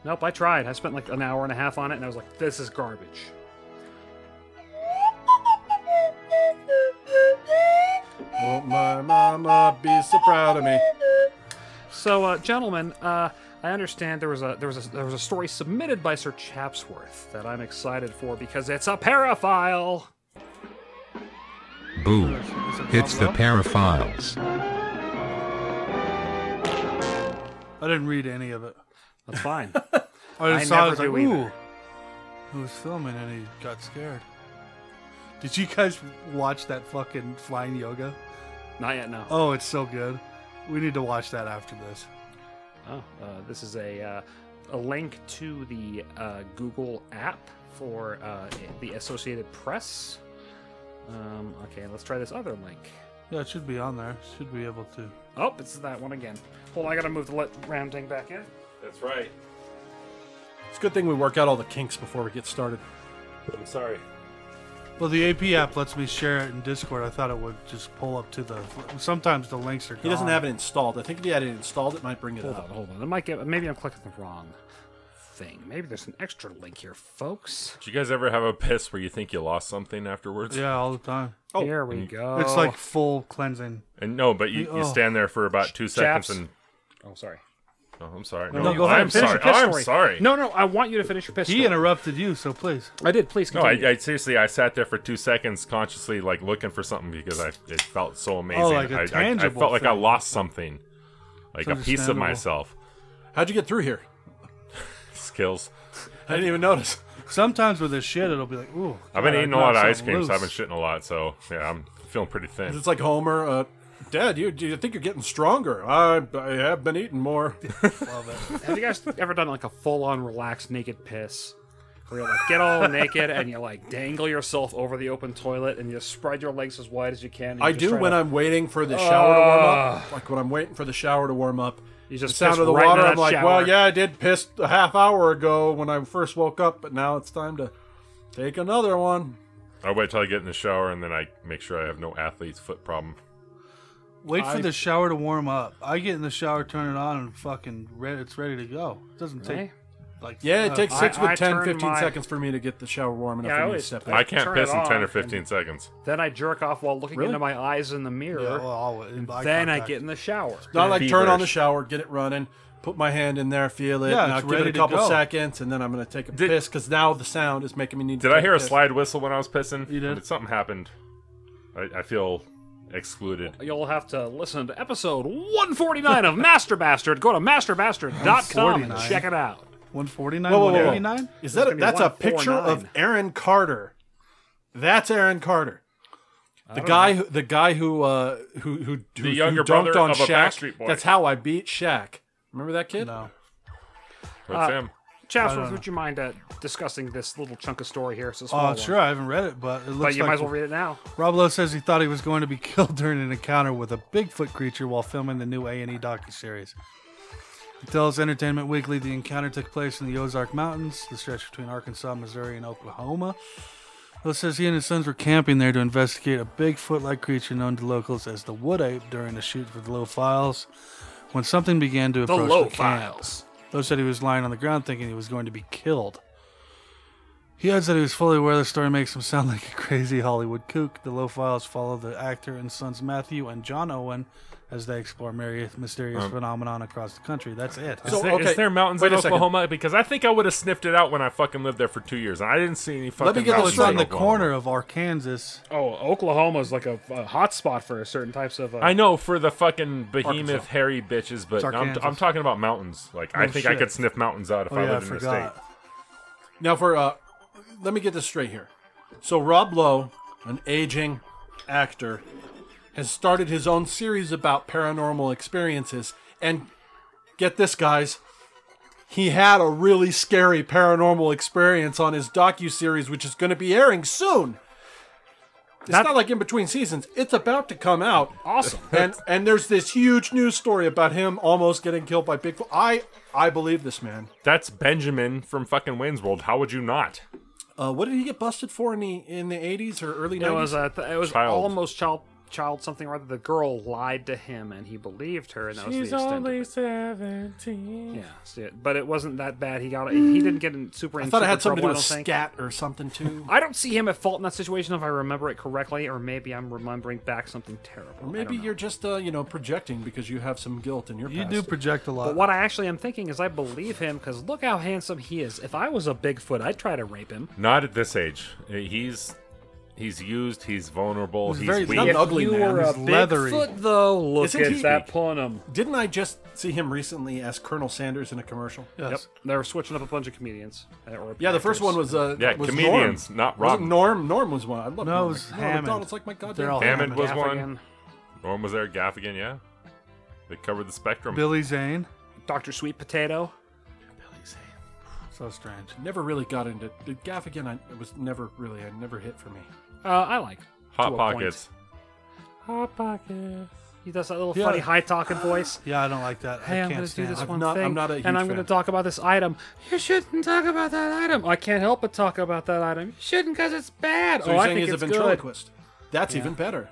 Nope, I tried. I spent like an hour and a half on it, and I was like, "This is garbage."
Won't my mama be so proud of me?
So, uh, gentlemen, uh, I understand there was a there was a there was a story submitted by Sir Chapsworth that I'm excited for because it's a paraphile.
Boo. It's the paraphiles.
I didn't read any of it.
That's fine.
I just
I
saw
never
it, I was like,
do
ooh.
either.
Who's filming and he got scared. Did you guys watch that fucking flying yoga?
Not yet. No.
Oh, it's so good. We need to watch that after this.
Oh, uh, this is a uh, a link to the uh, Google app for uh, the Associated Press. Um, okay, let's try this other link.
Yeah, it should be on there. Should be able to.
Oh, it's that one again. Hold on, I gotta move the let Ram thing back in.
That's right.
It's a good thing we work out all the kinks before we get started.
I'm sorry.
Well, the AP app lets me share it in Discord. I thought it would just pull up to the. Sometimes the links are.
He doesn't
gone.
have it installed. I think if he had it installed, it might bring it
Hold on,
up.
hold on. It might get. Maybe I'm clicking the wrong thing. Maybe there's an extra link here, folks.
Did you guys ever have a piss where you think you lost something afterwards?
Yeah, all the time.
here we go.
Oh.
It's like full cleansing.
And no, but you,
Oh.
you stand there for about two seconds
Chaps.
and.
Oh, sorry.
Oh, I'm sorry. No,
No, go ahead
I'm
and finish
sorry.
your piss
I'm
story.
sorry.
No, no. I want you to finish your piss.
He
story.
interrupted you, so please.
I did. Please
No, I,
continue.
I seriously, I sat there for two seconds, consciously like looking for something because I it felt so amazing.
Oh, like a
I- I- I,
tangible
felt like I
thing.
lost something, like a
It's
piece of
understandable.
myself.
How'd you get through here?
Skills.
I didn't even notice.
Sometimes with this shit, it'll be like, ooh.
I've been
God, I
eating a lot of
knocked
ice cream, so I've been
something
shitting a lot. So yeah, I'm feeling pretty thin.
It's like Homer. Uh, Dad, you, you think you're getting stronger? I, I have been eating more.
Have you guys ever done like a full-on relaxed naked piss? Where you like get all naked and you like dangle yourself over the open toilet and you spread your legs as wide as you can. and you
I
just
do
try
when
to- Ah.
I'm waiting for the shower to warm up. Like when I'm waiting for the shower to warm up.
You just
the sound
piss
of the
right
water.
in
I'm
that
like,
shower.
well, yeah, I did piss a half hour ago when I first woke up, but now it's time to take another one.
I wait till I get in the shower and then I make sure I have no athlete's foot problem.
Wait for
I-
the shower to warm up. I get in the shower, turn it on, and fucking re- it's ready to go. It doesn't take
Hey.
like
Yeah, it
uh,
takes
I-
six
I
with ten, fifteen
turned
10, 15
my-
seconds for me to get the shower warm enough
Yeah, I
for me to
always-
step in.
I can't
turn
piss
it
in ten or
off
fifteen
and-
seconds.
Then I jerk off while looking
Really?
into my eyes in the mirror.
Yeah, well, I'll- in eye
then I
contact.
get in the shower.
Not like turn on the
feverish.
shower, get it running, put my hand in there, feel it,
Yeah,
and I'll
it's
give it
ready
a
to
couple
go.
seconds, and then I'm going to take a
Did-
piss because now the sound is making me need to
Did I
take
hear a
piss.
slide whistle when I was pissing?
You did.
Something happened. I, I feel excluded.
You'll have to listen to episode 149 of Master Bastard. Go to masterbastard.com and
149.
check it out.
149,
Whoa, whoa, whoa, whoa.
189.
Is that a,
gonna be
that's a picture
149.
of Aaron Carter? That's Aaron Carter. The guy, who, the guy who, uh, who, who, who, who
younger
dunked
brother
on
of a
Shaq.
Backstreet Boy.
That's how I beat Shaq. Remember that kid?
No,
That's him.
Chaps,
don't know.
would you mind uh, discussing this little chunk of story here? It's a small
Oh,
one,
sure. I haven't read it, but it looks
But you
like
might as well read it now.
Rob Lowe says he thought he was going to be killed during an encounter with a Bigfoot creature while filming the new A&E docuseries. He tells Entertainment Weekly the encounter took place in the Ozark Mountains, the stretch between Arkansas, Missouri, and Oklahoma. Lowe says he and his sons were camping there to investigate a Bigfoot-like creature known to locals as the wood ape during a shoot for the Low Files, when something began to
The
approach
low
the camp.
files.
Lowe said he was lying on the ground thinking he was going to be killed. He adds that he was fully aware the story makes him sound like a crazy Hollywood kook. The low files follow the actor and sons Matthew and John Owen as they explore myriad
Um,
mysterious phenomenon across the country. That's it.
So-
Is there, is
okay,
there mountains
wait
in
a second.
Oklahoma? Because I think I would have sniffed it out when I fucking lived there for two years, and I didn't see any fucking.
me get
mountains
it's on
in
the
Oklahoma.
corner of Arkansas.
Oh, Oklahoma's like a, a hot spot for certain types of. Uh,
I know for the fucking behemoth
Arkansas.
hairy bitches, but
It's
I'm,
Arkansas.
I'm talking about mountains. Like I
Oh,
think I
shit.
could sniff mountains out if
Oh
I
yeah, I
lived in the state.
forgot.
Now, for uh, let me get this straight here. So Rob Lowe, an aging actor, has started his own series about paranormal experiences. And get this, guys, he had a really scary paranormal experience on his docu series, which is going to be airing soon. It's
That-
not like in between seasons. It's about to come out.
awesome.
And and there's this huge news story about him almost getting killed by Bigfoot. I I believe this man.
That's Benjamin from fucking Wayne's World. How would you not?
Uh, what did he get busted for in the in the eighties or early
It
nineties?
was uh, a th- it was
Child.
almost child child something or other. The girl lied to him, and he believed her, and that was the extent. of it.
seventeen.
Yeah, so it- but it wasn't that bad. He got he didn't get in super.
Hmm. I thought it
trouble,
had something to do
I
with
don't think.
scat or something too.
I don't see him at fault in that situation if I remember it correctly, or maybe I'm remembering back something terrible. I
Or maybe
don't know.
you're just uh, you know projecting because you have some guilt in your
You
past.
do project a lot.
But what I actually am thinking is I believe him because look how handsome he is. If I was a Bigfoot, I'd try to rape him.
Not at this age. He's he's used. He's vulnerable.
He's
He's,
very-
weak.
Not an ugly
you
man.
were a
He's leathery.
Bigfoot, though, look
Isn't
at
he-
that Punum.
Didn't I just see him recently as Colonel Sanders in a commercial?
Yes.
Yep, they're switching up a bunch of comedians. uh, Or
Yeah, the first
actors.
one was uh,
Yeah,
was
comedians,
Norm.
not
Wasn't
Rob.
Norm. Norm was one. I love
No,
Norm.
it was
Norm
Hammond.
McDonald's like my
They're
goddamn.
all
Hammond
Hammond.
was
Gaffigan,
one. Norm was there. Gaffigan. Yeah, they covered the spectrum.
Billy Zane.
Dr. Sweet Potato.
So strange.
Never really got into the Gaffigan. I, it was never really. I never hit for me.
Uh, I like. to
Hot
a point.
pockets.
Hot Pockets. He does that little
Yeah.
funny high talking voice.
Yeah, I don't like that.
Hey,
I
I'm
can't
going to do
stand
this
it.
one
not- I'm
thing,
not a huge
and I'm going to
fan.
talk about this item. You shouldn't talk about that item. I can't help but talk about that item. You shouldn't because it's bad.
So
oh,
you're
I
saying
think
he's a
it's good.
ventriloquist? That's even better.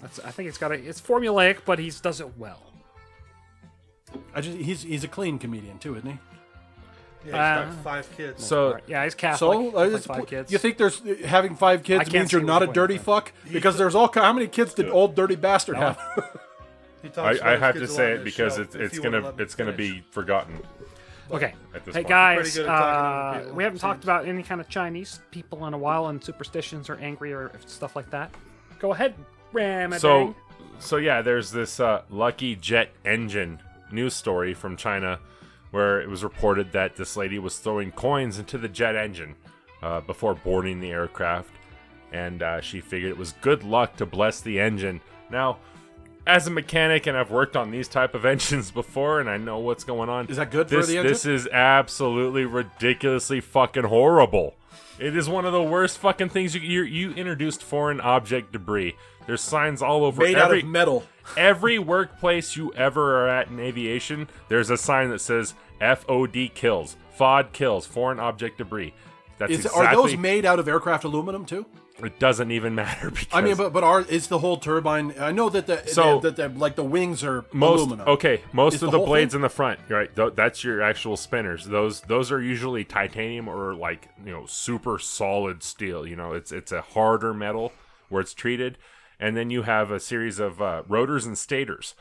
That's, I think it's got a, it's formulaic, but he does it well.
I just he's he's a clean comedian too, isn't he?
Yeah, he's
Uh,
got five kids.
So
Yeah, he's Catholic.
So uh,
So,
it's-
five kids.
you think there's uh, having five
I
kids
can't
means you're
see
not a
what the
dirty
point
fuck? Because there's all ki- how many kids did old dirty bastard have?
He talks about
I, I
his
have to
kids a lot
say
in
it
his
because
show,
it's
if
it's
you would've
gonna
let me
it's gonna
finish.
be forgotten.
okay.
at this
Hey
point.
guys,
Pretty good at talking over
uh,
people,
we
it
haven't talked
seems.
about any kind of Chinese people in a while, and superstitions or angry or stuff like that. Go ahead, Ramadan.
So, so yeah, there's this uh, lucky jet engine news story from China, where it was reported that this lady was throwing coins into the jet engine uh, before boarding the aircraft, and uh, she figured it was good luck to bless the engine. Now, as a mechanic, and I've worked on these type of engines before, and I know what's going on.
Is that good for
this,
the
This is absolutely ridiculously fucking horrible. It is one of the worst fucking things you you, you introduced foreign object debris. There's signs all over
Made
every
out of metal.
every workplace you ever are at in aviation. There's a sign that says FOD kills, FOD kills, foreign object debris. That's
Is
exactly.
are those made out of aircraft aluminum too?
it doesn't even matter because
I mean, but but are is the whole turbine? I know that the
So-
that the, like the wings are
most
aluminum.
okay most
Is
of
the
the,
whole
blades
thing-
in the front right th- that's your actual spinners those those are usually titanium or like you know super solid steel you know it's it's a harder metal where it's treated and then you have a series of uh, rotors and stators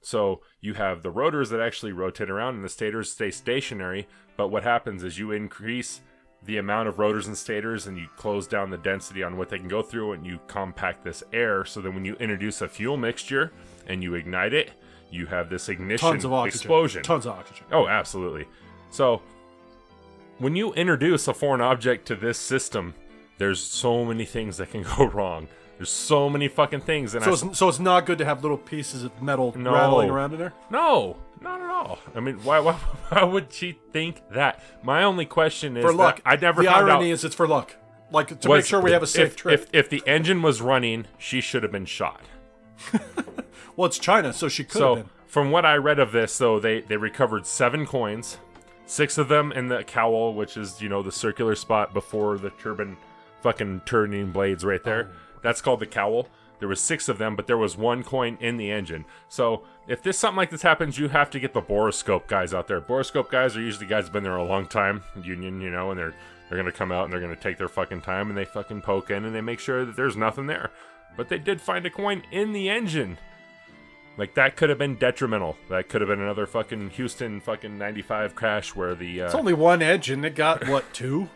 so you have the rotors that actually rotate around and the stators stay stationary but what happens is you increase the amount of rotors and stators and you close down the density on what they can go through and you compact this air so then when you introduce a fuel mixture and you ignite it you have this ignition
Tons of oxygen.
explosion
Tons of oxygen.
oh absolutely so when you introduce a foreign object to this system there's so many things that can go wrong There's so many fucking things, and I
So it's, so it's not good to have little pieces of metal
No.
rattling around in there.
No, not at all. I mean, why, why, why would she think that? My only question is
For
that
luck,
I never
The
found
irony
out
is it's for luck, like to make
was-
sure we have a safe
if,
trip.
If, if the engine was running, she should have been shot.
well, it's China, so she could
So,
have been.
from what I read of this, though, they they recovered seven coins, six of them in the cowl, which is you know the circular spot before the turban, fucking turning blades right there.
Oh.
That's called the cowl. There was six of them, but there was one coin in the engine. So if this something like this happens, you have to get the boroscope guys out there. Boroscope guys are usually guys that have been there a long time, union, you know, and they're they're gonna come out and they're gonna take their fucking time and they fucking poke in and they make sure that there's nothing there. But they did find a coin in the engine. Like that could have been detrimental. That could have been another fucking Houston fucking 95 crash where the
It's
uh,
only one engine. It got what two?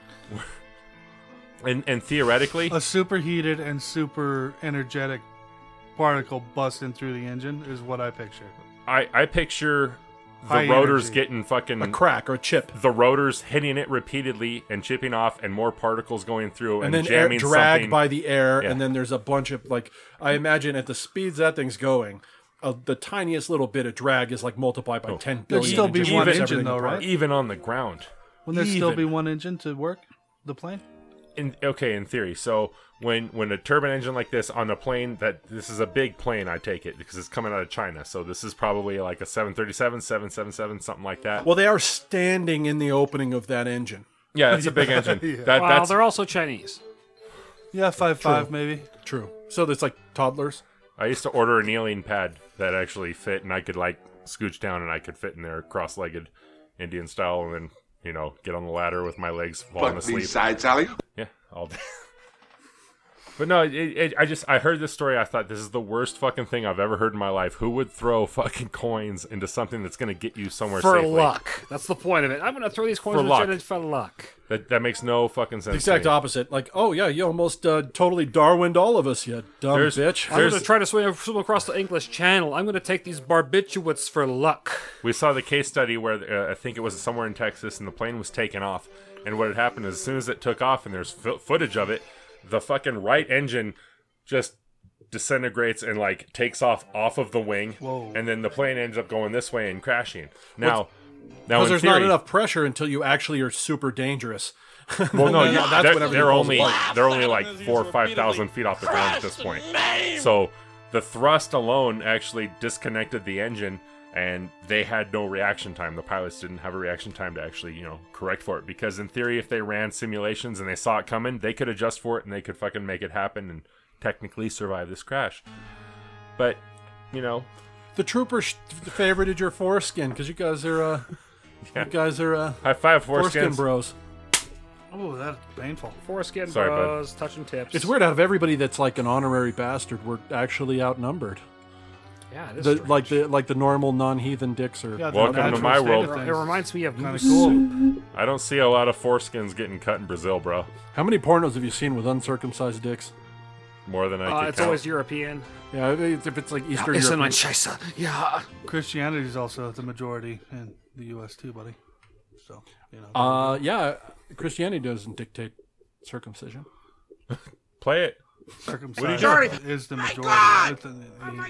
and and theoretically
A superheated and super energetic particle busting through the engine is what I picture.
I I picture the
High
rotors
energy.
getting fucking
a crack or a chip,
the rotors hitting it repeatedly and chipping off and more particles going through
and,
and,
then air,
jamming
dragged
something.
by the air,
Yeah.
and then there's a bunch of like I imagine at the speeds that thing's going, uh, the tiniest little bit of drag is like multiplied
Oh.
by ten billion.
still
and
be
just
one
rips
engine,
everything
though,
apart.
right?
even on the ground.
Wouldn't there still be
Even.
one engine to work the plane?
in okay in theory so when when a turbine engine like this on a plane that this is a big plane i take it because it's coming out of china so this is probably like a 737 777 something like that
Well, they are standing in the opening of that engine.
yeah it's a big engine that
Well,
that's
they're also Chinese.
Yeah, five five maybe.
True. So it's like toddlers.
i used to order a kneeling pad that actually fit and i could like scooch down and i could fit in there cross-legged indian style and then you know get on the ladder with my legs falling
Fuck
asleep
these sides, alley.
Yeah, all day. but no, it, it, I just I heard this story. I thought this is the worst fucking thing I've ever heard in my life. Who would throw fucking coins into something that's gonna get you somewhere
For
safely?
luck. That's the point of it. I'm gonna throw these coins
For
in the
luck.
shit for luck.
That that makes no fucking sense.
The exact
to me.
opposite. Like, oh yeah, you almost uh, totally Darwined all of us, you dumb
There's-
bitch.
I'm gonna
There's-
try to swim, swim across the English Channel. I'm gonna take these barbiturates for luck.
We saw the case study where uh, I think it was somewhere in Texas, and the plane was taken off. And what had happened is, as soon as it took off, and there's f- footage of it, the fucking right engine just disintegrates and like takes off off of the wing,
Whoa.
and then the plane ends up going this way and crashing. Now, now in
Because there's not
theory-
enough pressure until you actually are super dangerous.
Well, no,
Then
you-
that's
they're,
when everything
they're
falls
only
apart.
they're only like four or five thousand feet off the ground at this point. So the thrust alone actually disconnected the engine, and they had no reaction time. The pilots didn't have a reaction time to actually you know correct for it because in theory, if they ran simulations and they saw it coming, they could adjust for it and they could fucking make it happen and technically survive this crash. But you know,
The troopers sh- favorited your foreskin because you guys are, uh,
Yeah.
you guys are uh,
high five
foreskin
foreskin,
bros.
Oh, that's painful.
Foreskin
Sorry, bud.
bros, touching tips.
It's weird out of everybody that's like an honorary bastard, we're actually outnumbered.
Yeah, it is
The,
strange.
like the like the normal non-heathen dicks are.
Yeah, the
Welcome to
natural
my
state
world.
of
It
things.
reminds me of
Kinda
moose
cool.
soup.
I don't see a lot of foreskins getting cut in Brazil, bro.
How many pornos have you seen with uncircumcised dicks?
More than I
Uh,
could
it's
count.
always European.
Yeah, if if it's like Eastern Europe.
Scheiße. Yeah.
Christianity is also the majority in the U.S. too, buddy. So you know,
Uh, yeah, Christianity doesn't dictate circumcision.
Play it.
circumcision
Majority!
is the majority.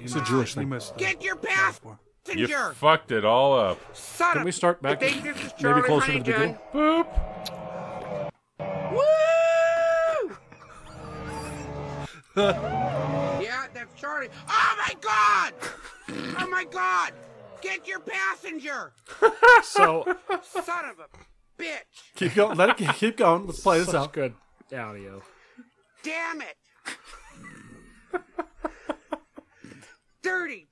It's, a,
a Jewish thing.
Get your path,
You
Ginger!
fucked it all up.
Son
Can
of
we start back?
I think this is
maybe
Charlie
closer to the
Huntington.
beginning.
Boop.
Woo! yeah, that's Charlie. Oh my god! Oh my god! Get your passenger!
So
Son of a bitch!
Keep going. Let it keep going. Let's play this
such
out.
good audio.
Damn it! Dirty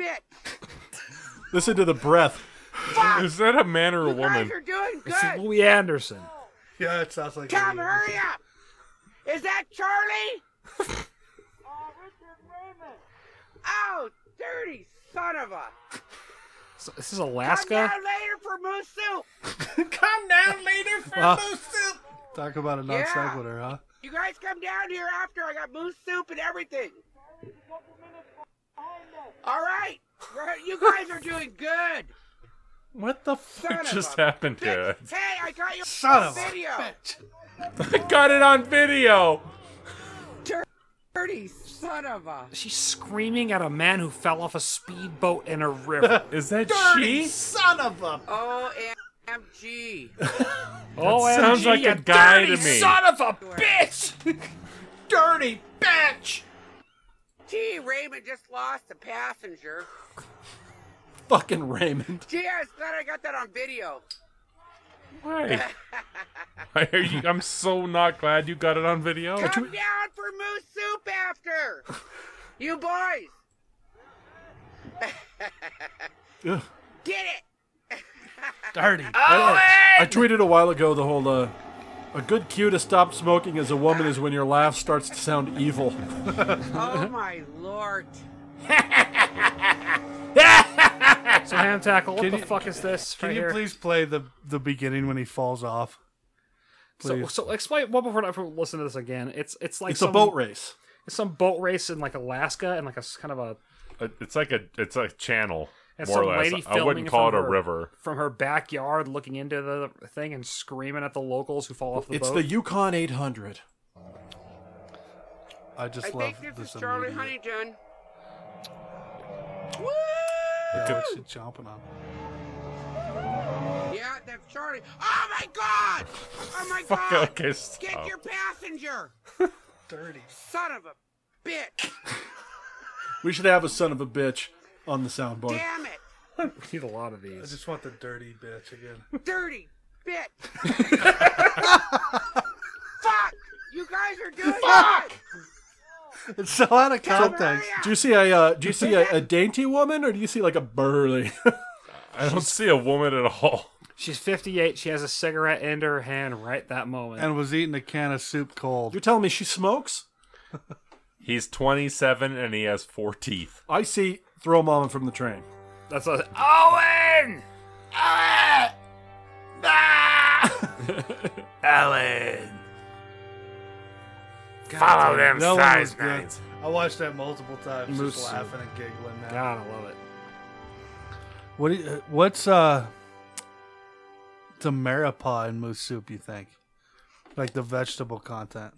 bitch!
Listen to the breath.
Fuck!
Is that a man or a
You guys
woman?
are doing
It's
good!
Louis Anderson.
yeah, it sounds like.
Tom, hurry up! Is that Charlie? Oh, dirty son of a!
So, this is
Come down
Alaska.
later for moose soup!
Talk about a non
Yeah.
sequitur, huh?
You guys come down here after I got moose soup and everything. All right, Right, you guys are doing good.
What the
Son
fuck
of
just
a
happened here?
Bitch, Hey, I got your
Son of a
video.
I got it on video.
dirty son of a.
She's screaming at a man who fell off a speedboat in a river.
Is that she?
Son of a.
OMG.
oh,
sounds like a guy to me.
Son of a bitch!
Dirty bitch!
Gee, Raymond just lost a passenger.
Fucking Raymond.
Gee, I was glad I got that on video.
Why? I hear you- I'm so not glad you got it on video.
Come down for moose soup after. You boys. Get it.
Dirty.
I tweeted a while ago the whole uh, a good cue to stop smoking as a woman is when your laugh starts to sound evil.
Oh my lord.
So ham tackle. What
Can
the
you-
fuck is this?
Can
right
you
here?
please play the the beginning when he falls off?
So, so explain what before I listen to this again. It's it's like
It's
some,
a boat race.
It's some boat race in like Alaska and like a s- kind of a
Uh, It's like a it's a channel,
and
more
some
or less.
lady
I
filming
wouldn't call it
from
a
her-
river.
from her backyard, looking into the thing and screaming at the locals who fall off the
It's
boat.
the Yukon 800.
I just
I
love
think this
this
is Charlie
immediate-
Huntington. Woo!
Yeah, what she's chomping on.
Yeah, that's Charlie. Oh my god! Oh my
Fuck,
god!
okay,
Get
Oh.
stop.
your passenger!
Dirty.
Son of a bitch!
We should have a son of a bitch on the soundboard.
Damn it!
We need a lot of
I
these.
just want the dirty bitch again.
Dirty bitch! Fuck! You guys are doing it!
It's so out of context.
Do you see a uh, do you see a, a dainty woman or do you see like a burly?
I don't see a woman at all.
She's 58. She has a cigarette in her hand right that moment.
And was eating a can of soup cold.
You're telling me she smokes?
He's 27 and he has four teeth.
I see throw mama from the train.
That's what Owen. Ah!
Follow them
That one was good. I watched that multiple times,
Moose
just
soup.
laughing and giggling. Man.
God, Ah, I love it.
What do you, what's uh the maripah in moose soup? You think, like the vegetable content,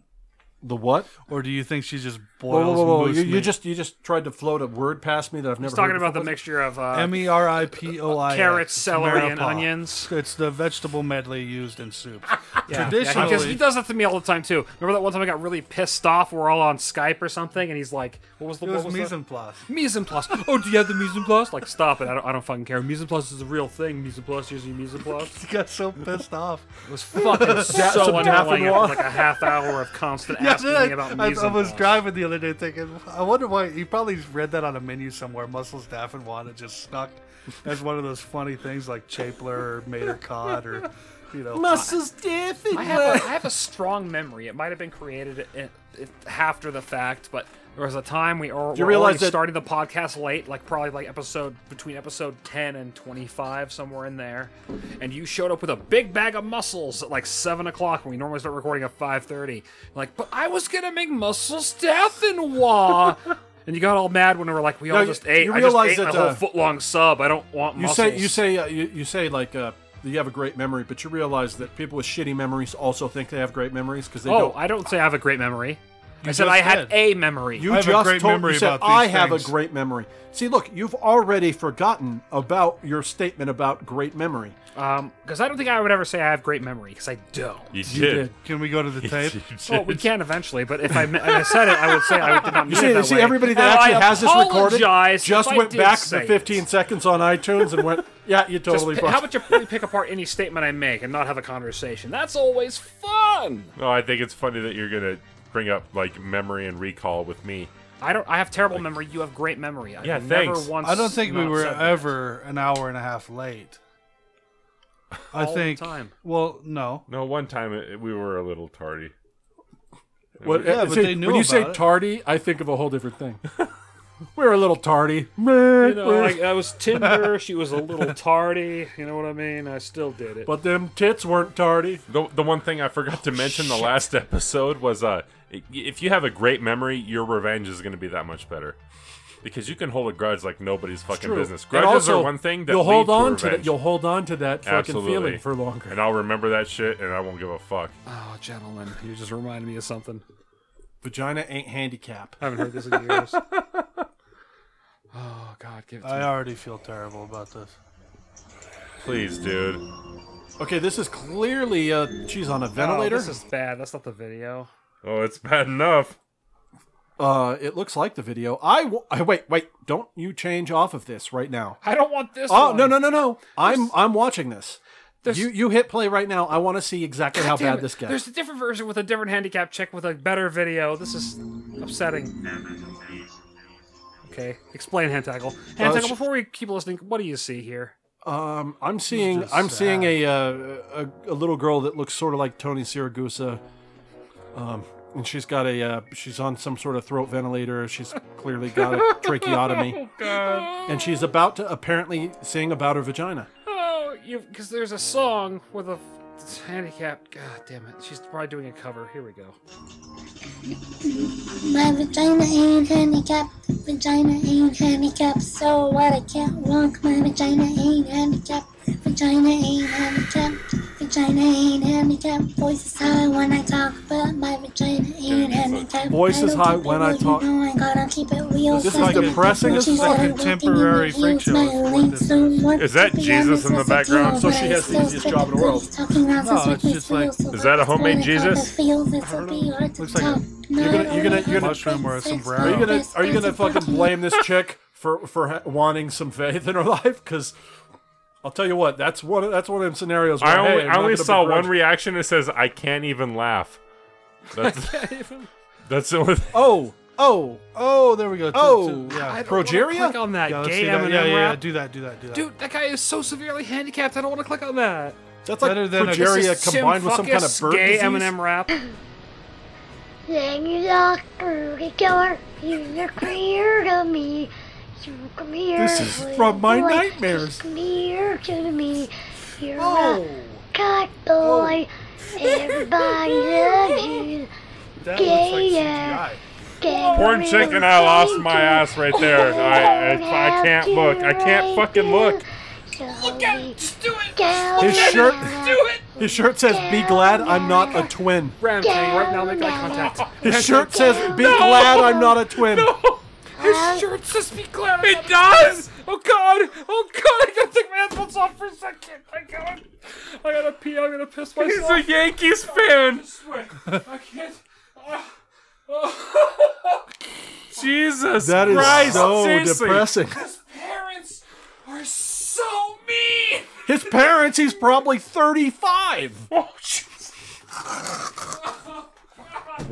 The what?
or do you think she just
Whoa,
boils
whoa, whoa, whoa.
moose
You, you
meat?
just you just tried to float a word past me that I've never.
He's talking
heard
about the
before.
mixture of uh,
M E R I P O I A.
carrots,
It's
celery, and
maripah.
onions.
It's the vegetable medley used in soup.
Yeah,
Traditionally,
yeah, he, does, he does that to me all the time too. Remember that one time I got really pissed off? We're all on Skype or something, and he's like, "What was the
it was
what
mise
the-
en place.
mise en place? oh, do you have the mise en place? Like, stop it! I don't, I don't fucking care. Mise en place is a real thing. Mise en place, here's your mise en place.
He got so pissed off.
It was fucking so
some
annoying.
daffodil.
After like a half hour of constant asking
I,
me about
I-
mise
I
en
was
place.
driving the other day thinking, I wonder why he probably read that on a menu somewhere. Muscle staff and wanted just snuck as one of those funny things like chapler or mater cod or you know.
Muscles different.
I have, a, I have a strong memory. It might have been created in, in, after the fact, but there was a time we or,
you
were
realize
already
that-
starting the podcast late, like probably like episode between episode ten and twenty five, somewhere in there. And you showed up with a big bag of mussels at like seven o'clock when we normally start recording at five thirty. Like, but I was gonna make mussel staff and wa. And you got all mad when we were like, we all
you-
just ate.
you
I just
realize
ate
that,
a whole
uh,
foot long sub. I don't want
You
mussels.
say you say uh, you, you say like uh, that you have a great memory, but you realize that people with shitty memories also think they have great memories because they
Oh,
don't.
I don't say I have a great memory. I said
just
I had
did.
a memory.
you
I have a
just
great
told
memory
you said,
about these
I have a
things."
great memory. See, look, you've already forgotten about your statement about great memory.
Um, because I don't think I would ever say I have great memory, because I don't.
You did.
did.
Can we go to the tape?
Well, we can eventually, but if I, me- if I said it, I would say I did not mean
You see,
it
you
that
see
way.
everybody
And
that
I
actually has this recorded
apologize if
just
I
went
did
back
say
the
it.
15 seconds on iTunes and went, yeah, you
Just
totally
pi-
fucked."
how about you really pick apart any statement I make and not have a conversation? That's always fun.
No, I think it's funny that you're gonna bring up like memory and recall with me.
I don't. I have terrible memory. You have great memory. I've
Yeah,
never
thanks.
Once
I don't think we
not
were
said that.
ever an hour and a half late. I
All the
think.
time.
Well, no.
No, one time it, we were a little tardy.
What-
Yeah,
uh,
but
see,
they knew
when you say
about it.
tardy, I think of a whole different thing. We're a little tardy. Meh,
You know,
meh.
like I was Tinder. she was a little tardy. You know what I mean? I still did it.
but them tits weren't tardy.
The, the one thing I forgot to mention the last episode was uh, i- if you have a great memory, your revenge is gonna be that much better. Because you can hold a grudge like nobody's fucking
True.
business.
And
Grudges
also,
are one thing that
you'll
lead
hold
to
on that.
revenge.
You'll hold on to that fucking
Absolutely.
feeling for longer.
and I'll remember that shit, and I won't give a fuck.
oh, gentlemen, you just reminded me of something.
Vagina ain't handicap.
I haven't heard this in years. oh God, give it to
I
me.
already feel terrible about this.
Please, dude.
Okay, this is clearly uh, she's on a ventilator.
Oh, this is bad. That's not the video.
Oh, it's bad enough.
uh, it looks like the video. I w- I- wait, wait. Don't you change off of this right now?
I don't want this.
Oh
one.
no no no no! I'm I'm watching this.
There's-
You you hit play right now. I want to see exactly how
Damn
bad
it.
this gets.
There's a different version with a different handicap chick with a better video. This is upsetting. Okay, explain hand tackle. Hand
Uh,
tackle.
sh-
Before we keep listening, what do you see here?
Um, I'm seeing I'm seeing a, uh, a a little girl that looks sort of like Tony Siragusa, um, and she's got a uh, she's on some sort of throat ventilator. She's clearly got a
Oh,
tracheotomy, and she's about to apparently sing about her vagina.
Oh, you because there's a song with a handicap. God damn it, she's probably doing a cover. Here we go.
My vagina ain't handicapped. Vagina ain't handicapped. So what? I can't walk. My vagina ain't handicapped. Vagina ain't handicapped. Vagina ain't handicapped. Voice is high when I talk, but my vagina ain't handicapped.
Voice is
don't
high
keep
when
it
I
real, you
talk.
know I gotta keep it real.
This is
so
like
I don't
depressing
get
as
cheesy.
fuck.
I don't
Like
think you
contemporary
need
freak
to
show
use
is
my
what
links.
this
So what
Is that
to be
Jesus in the
honest, yes, I do,
background?
So
but
she
I
has the
still
easiest
fit
job in the world.
please, Talking nonsense
No,
with
it's
me,
just
so
like-
it's
Is that a
like
homemade
it's hard to
Jesus?
feel, it's so big, hard to
Looks like a-
talk.
You're gonna you're gonna you're gonna
Mushroom or a sombrero.
are you gonna are you gonna fucking blame this chick for for ha- wanting some faith in her life? Because I'll tell you what, that's one of- that's one of them scenarios. Where,
I only,
hey, I'm
I
not
only
gonna
saw
begrudge-
one reaction that says, I can't even laugh. That's, that's the only thing.
Oh oh
Oh, there we go. Two-
Oh,
two- yeah.
I- Progeria?
Click on that
Yeah, let's
gay
see that.
Eminem
yeah, yeah, yeah.
rap.
Do that. Do that. Do that.
Dude, that guy is so severely handicapped. I don't want to click on that.
that's like
Better than a-
progeria
This is
combined with some kind of
Symphucus
bird
gay
disease.
Eminem rap.
Then you talk, Rudy Killer. You're clear to me. You come here.
This is
with
from my
boy.
nightmares. Oh,
You come here to me. You're
Oh,
a cock boy. Everybody loves you.
that
gay,
looks like
yeah.
CGI.
Gay
Porn chick and I lost my ass right there.
Oh,
I, I, I can't look. I can't fucking look.
Look out! Just do it!
His shirt, his shirt says, "Be glad I'm not a twin."
Ram thing right now. Make eye contact.
His shirt says, "Be glad I'm not a twin."
His shirt says be glad. It does. Oh God. Oh God. I gotta take my headphones off for a second. I gotta. I gotta pee. I'm gonna piss myself.
He's a Yankees fan.
I can't. Ah. Oh.
Jesus
That is
Christ.
so
seriously.
depressing.
His parents are so mean.
His parents, he's probably 35.
Oh, jeez.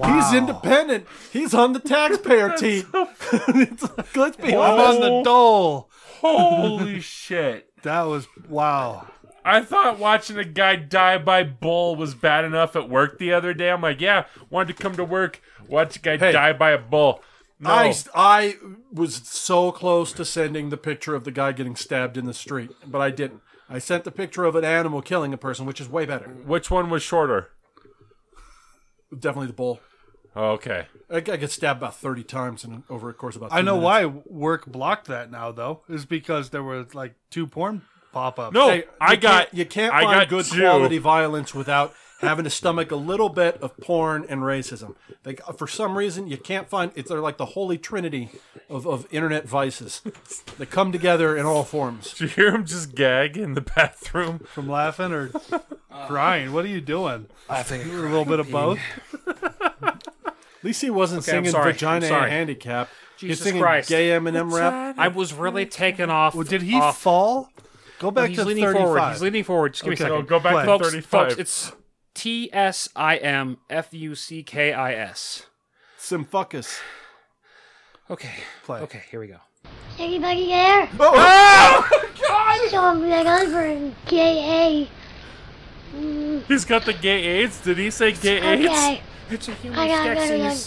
He's independent. He's on the taxpayer team. It's like, Let's be
I'm on
honest.
the dole.
Holy shit.
That was wow.
I thought watching a guy die by bull was bad enough at work the other day. I'm like, yeah, wanted to come to work, watch a guy
Hey.
die by a bull.
Oh.
No.
I, I was so close to sending the picture of the guy getting stabbed in the street, but I didn't. I sent the picture of an animal killing a person, which is way better.
Which one was shorter?
Definitely the bull.
Oh, okay.
I get stabbed about 30 times in, over a course of about
I
two
know
minutes.
why work blocked that now though is because there were like two porn pop ups.
No,
Hey,
I
you
got.
can't, you can't
I
find
got
good
two.
quality violence without having to stomach a little bit of porn and racism. Like uh, for some reason, you can't find it's they're like the holy trinity of, of internet vices. they come together in all forms.
Did you hear him just gag in the bathroom?
from laughing or crying. What are you doing? Laughing. A little bit of both.
At least he wasn't
Okay, I'm
singing
sorry,
vagina
I'm sorry.
and handicap. He's
Jesus
singing
Christ.
gay Eminem rap.
I was really taken off.
Well, did he
off.
fall? Go back
he's
to
leaning
thirty-five.
forward. He's leaning forward. Just give
Okay.
me a
Oh,
second.
go back
Play.
to
folks,
35.
folks, it's T S I M F U C K I S.
Symphucus.
Okay.
Play.
Okay, here we go.
Anybody there?
Oh!
Ah!
So I'm like, I'm for gay A. Mm,
He's got the gay AIDS. Did he say gay AIDS?
okay.
It's a human
I gotta go to bed.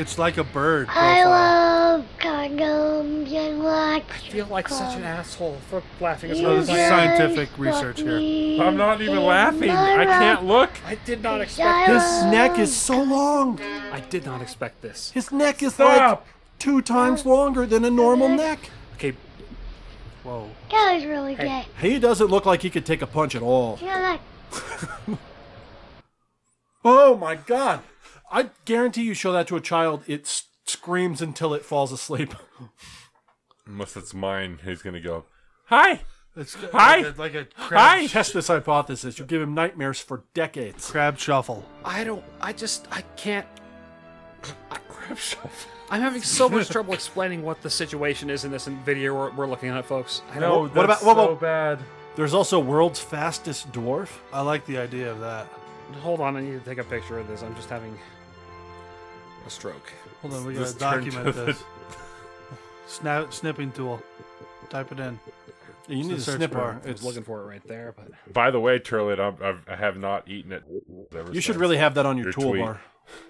It's like a bird.
I
profile.
love condoms and like.
I feel like such an asshole for laughing as
You
hard
Oh,
as
this
I
is
am.
scientific research here.
I'm not even laughing. I can't look.
I did not expect
Shia.
this.
His neck is so long.
I did not expect this.
His neck is
Stop.
like two times longer than a normal neck.
Okay,
Whoa.
That was really gay.
He doesn't look like he could take a punch at all.
You know, like,
Oh my god. I guarantee you show that to a child, it s- screams until it falls asleep.
Unless it's mine, who's gonna go? Hi.
It's
Hi.
like a, like a
Hi.
Test this hypothesis. You'll give him nightmares for decades.
crab shuffle.
I don't. I just. I can't. I, I'm having so much trouble explaining what the situation is in this video we're, we're looking at, folks. I
No,
don't-
that's
what about-
so bad.
There's also world's fastest dwarf.
I like the idea of that.
Hold on, I need to take a picture of this. I'm just having a stroke.
Hold on, we
This
gotta
turned
document
to
this. Snap snipping tool. Type it in.
You need
It's
a
the search bar.
snipper.
I was looking for it right there, but
By the way, Turlet, I'm, I've, I have not eaten it. ever
You should
since.
really have that on your,
Your tweet.
toolbar.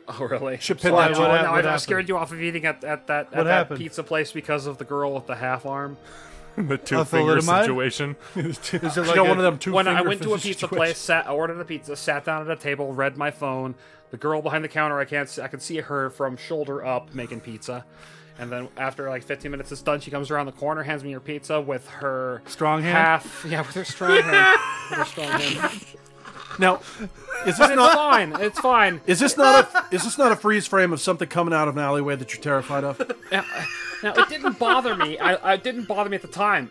oh really?
Should pin
Why,
that
oh,
on.
hap-
no,
what
I, I
happened?
scared you off of eating at, at that at
What
that
happened?
pizza place because of the girl with the half arm.
the two finger
Thalidomide?
situation.
Is
it
you
like
know,
a-
one of them two
when I
finger
went to a
fist
pizza
twitch.
place, sat, I ordered a pizza, sat down at a table, read my phone. The girl behind the counter, I can't, see, I could see her from shoulder up making pizza. And then after like 15 minutes it's done, she comes around the corner, hands me her pizza with her
Strong hand?
half, yeah, with her strong hand, with her strong hand.
Now, is
But
this
it's
not
fine. It's fine.
is this not a is this not a freeze frame of something coming out of an alleyway that you're terrified of?
Now it didn't bother me. I, I it didn't bother me at the time.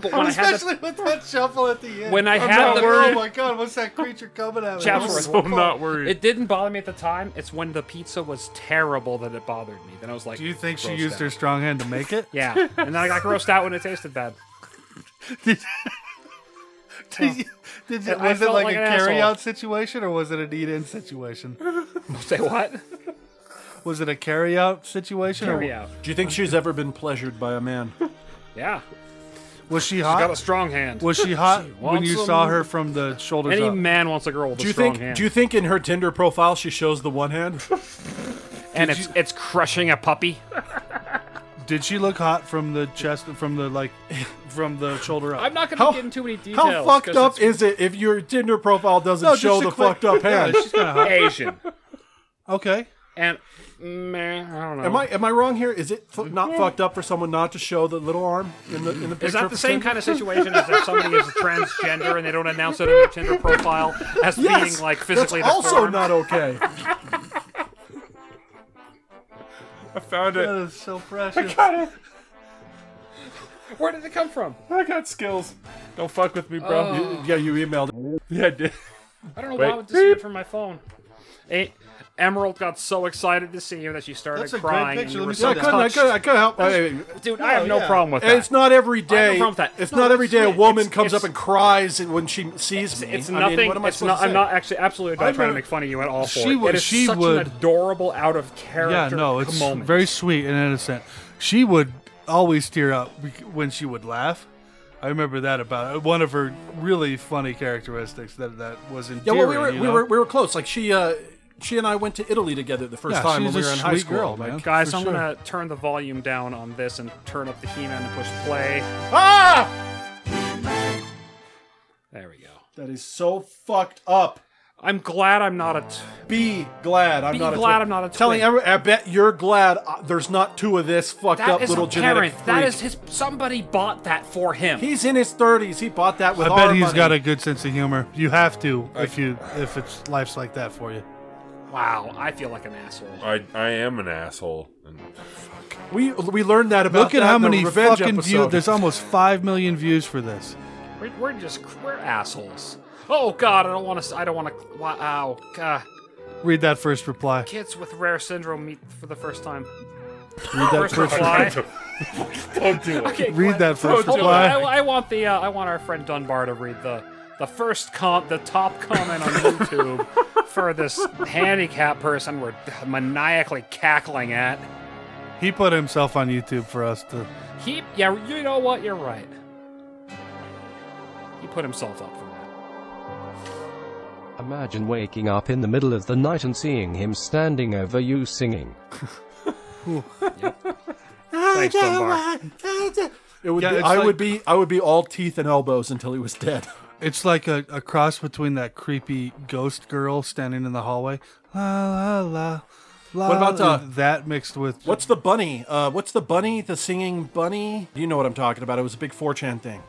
But when I had the,
Especially with that shuffle at the end.
When I
I'm
had
not
the-
worried. Oh my god, what's that creature coming at me?
Chatsworth.
So I'm not worried.
it didn't bother me at the time. It's when the pizza was terrible that it bothered me. Then I was like,
Do you think she
grossed
used
out.
her strong hand to make it?
Yeah, and then I got grossed out when it tasted bad.
Did you, did you,
I
was it
felt
like,
like
a
an asshole.
carry out situation or was it an eat in situation?
Say what?
Was it a carry out situation? or-
Carry out.
Do you think she's ever been pleasured by a man?
Yeah,
Was she
got
hot?
a strong hand.
was she hot when
wants
you
some-
saw her from the shoulders
Any
up?
man wants a girl with
Do
a
you
strong
think
hand.
do you think in her Tinder profile she shows the one hand?
and it's it's crushing a puppy.
Did she look hot from the chest, from the like, from the shoulder up?
I'm not gonna
How-
get into any details.
How
'cause
fucked up
it's
is it if your Tinder profile doesn't
No, just
show
a
the
quick-
fucked up hand?
Yeah, she's kinda hot.
Asian?
Okay.
And man, I don't know.
Am I am I wrong here? Is it fu- not fucked up for someone not to show the little arm in the in the picture?
Is that the
of
same
Tinder?
kind of situation as if somebody is transgender and they don't announce it on their Tinder profile as
Yes,
being like physically
that's also
deformed?
not okay.
I found
That
it.
is so precious.
Where did it come from?
I got skills. Don't fuck with me, bro.
Oh.
You- yeah, you emailed.
Yeah, I did.
I don't know
Wait.
why it disappeared from my phone. A- Emerald got so excited to see you that she started
That's a great
crying.
picture.
And you
Let
were
me
so
I
see that.
couldn't. I
touched.
couldn't. I couldn't help. I-
Dude, I have no
yeah.
problem with
And
that.
it's not every day.
problem with that.
It's
No,
not every
that's
day a
right.
woman
It's-
comes up
it's-
and cries and when she sees me.
It's
I mean,
nothing.
what am I
it's
supposed
not.
to
I'm
say?
not actually absolutely not
I'm
trying
a-
to make fun of you at all. For
She
it.
would-
It is
she
such
would-
an adorable, out of character.
Yeah, no, it's
moment.
very sweet and innocent. She would always tear up bec- when she would laugh. I remember that about it. One of her really funny characteristics that that was
Yeah,
endearing.
well, we were,
you
we
know?
were we were close. Like she uh, she and I went to Italy together the first
Yeah,
time when
she's
we
a
were in high
sweet
school.
girl,
like,
man.
Guys,
For
I'm
sure.
gonna turn the volume down on this and turn up the He-Man and push play.
ah,
There we go.
that is so fucked up.
I'm glad I'm not a. T-
Be glad I'm
Be
not. a
glad
twin.
I'm not a
Telling
twin.
every, I bet you're glad uh, there's not two of this fucked
that
up
is
little genetic.
apparent. That
freak.
is his. Somebody bought that for him.
He's in his thirties. He bought that with
I
our
bet he's
money.
got a good sense of humor. You have to if you if it's life's like that for you.
wow, I feel like an asshole.
I, I am an asshole. And
We we learned that about.
Look at
that
how
in the
many
revenge
fucking views.
episode.
There's almost five million views for this.
We're, we're just we're assholes. Oh God, I don't want to. I don't want to. Wow, God.
Read that first reply.
Kids with rare syndrome meet for the first time.
Read that
First reply.
don't do it.
Okay,
Read that first
Hold on,
reply.
I, I want the. Uh, I want our friend Dunbar to read the the first com the top comment on YouTube for this handicap person we're maniacally cackling at.
He put himself on YouTube for us to.
He, yeah, you know what? You're right. He put himself up for that.
Imagine waking up in the middle of the night and seeing him standing over you singing.
Thanks, Dunbar.
It would
Yeah,
be,
it's
I
like-
would be I would be all teeth and elbows until he was dead.
It's like a, a cross between that creepy ghost girl standing in the hallway. La la la. la
What about, uh,
that mixed with
What's the bunny? Uh, what's the bunny? The singing bunny? You know what I'm talking about. It was a big 4chan thing.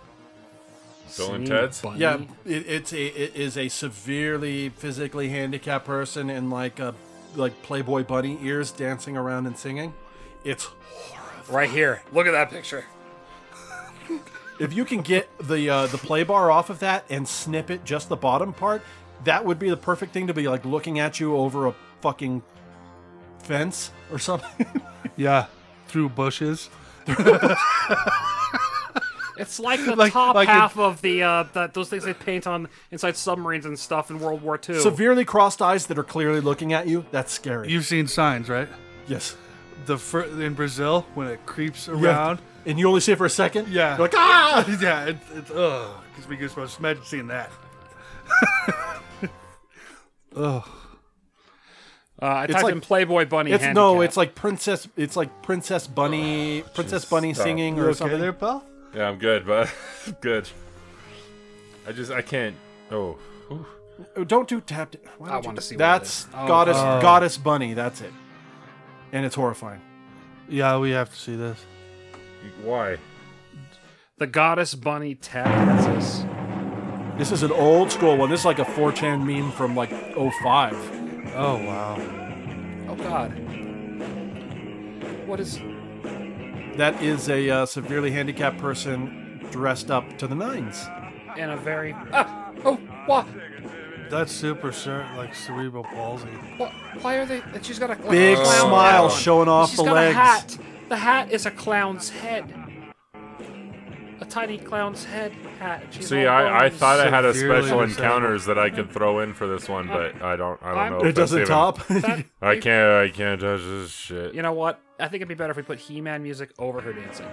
Bill and Ted's.
Bunny.
Yeah, it, it's a it is a severely physically handicapped person in like a like Playboy bunny ears dancing around and singing. It's
Right here. Look at that picture.
if you can get the uh, the play bar off of that and snip it just the bottom part, that would be the perfect thing to be like looking at you over a fucking fence or something.
yeah, through bushes.
It's like the
Like-
top
like a-
half of the, uh, the those things they paint on inside submarines and stuff in World War II.
Severely crossed eyes that are clearly looking at you. That's scary.
You've seen signs, right?
Yes.
The fir- in Brazil when it creeps
Yeah.
around.
and you only see it for a second.
Yeah.
You're like ah.
Yeah, it, it's ugh. Gives me goosebumps. Imagine seeing that. ugh.
Uh, I typed in Playboy Bunny.
It's no.
handicap.
It's like princess. It's like princess
Oh,
bunny. princess bunny
stop.
singing
You
or
okay
something.
there,
pal?
Yeah, I'm good, but good. I just I can't. Oh, Ooh.
Oh, Don't do tapped. why
I
don't you
wanna
do-
see what
That's
it is. Oh,
goddess
God.
goddess bunny. That's it. And it's horrifying.
Yeah, we have to see this.
why?
The goddess bunny tap dances.
This is an old school one. This is like a 4chan meme from like 05.
Oh wow.
Oh God. What is?
That is a uh, severely handicapped person dressed up to the nines.
And a very. Ah, oh, why?
That's super cer like cerebral palsy.
Why, why are they? and She's got a like,
Big
a clown
smile
hat on.
showing off
She's
the
Oh. got
legs.
A hat. The hat is a clown's head. A tiny clown's head hat. She's
See,
all
I, I
bones.
thought I had a
Severely
special
disabled.
encounters that I could throw in for this one, but I don't. I
I'm-
don't know.
It
if that's
doesn't
even-
top?
That-
I can't. I can't touch this shit.
You know what? I think it'd be better if we put He-Man music over her dancing.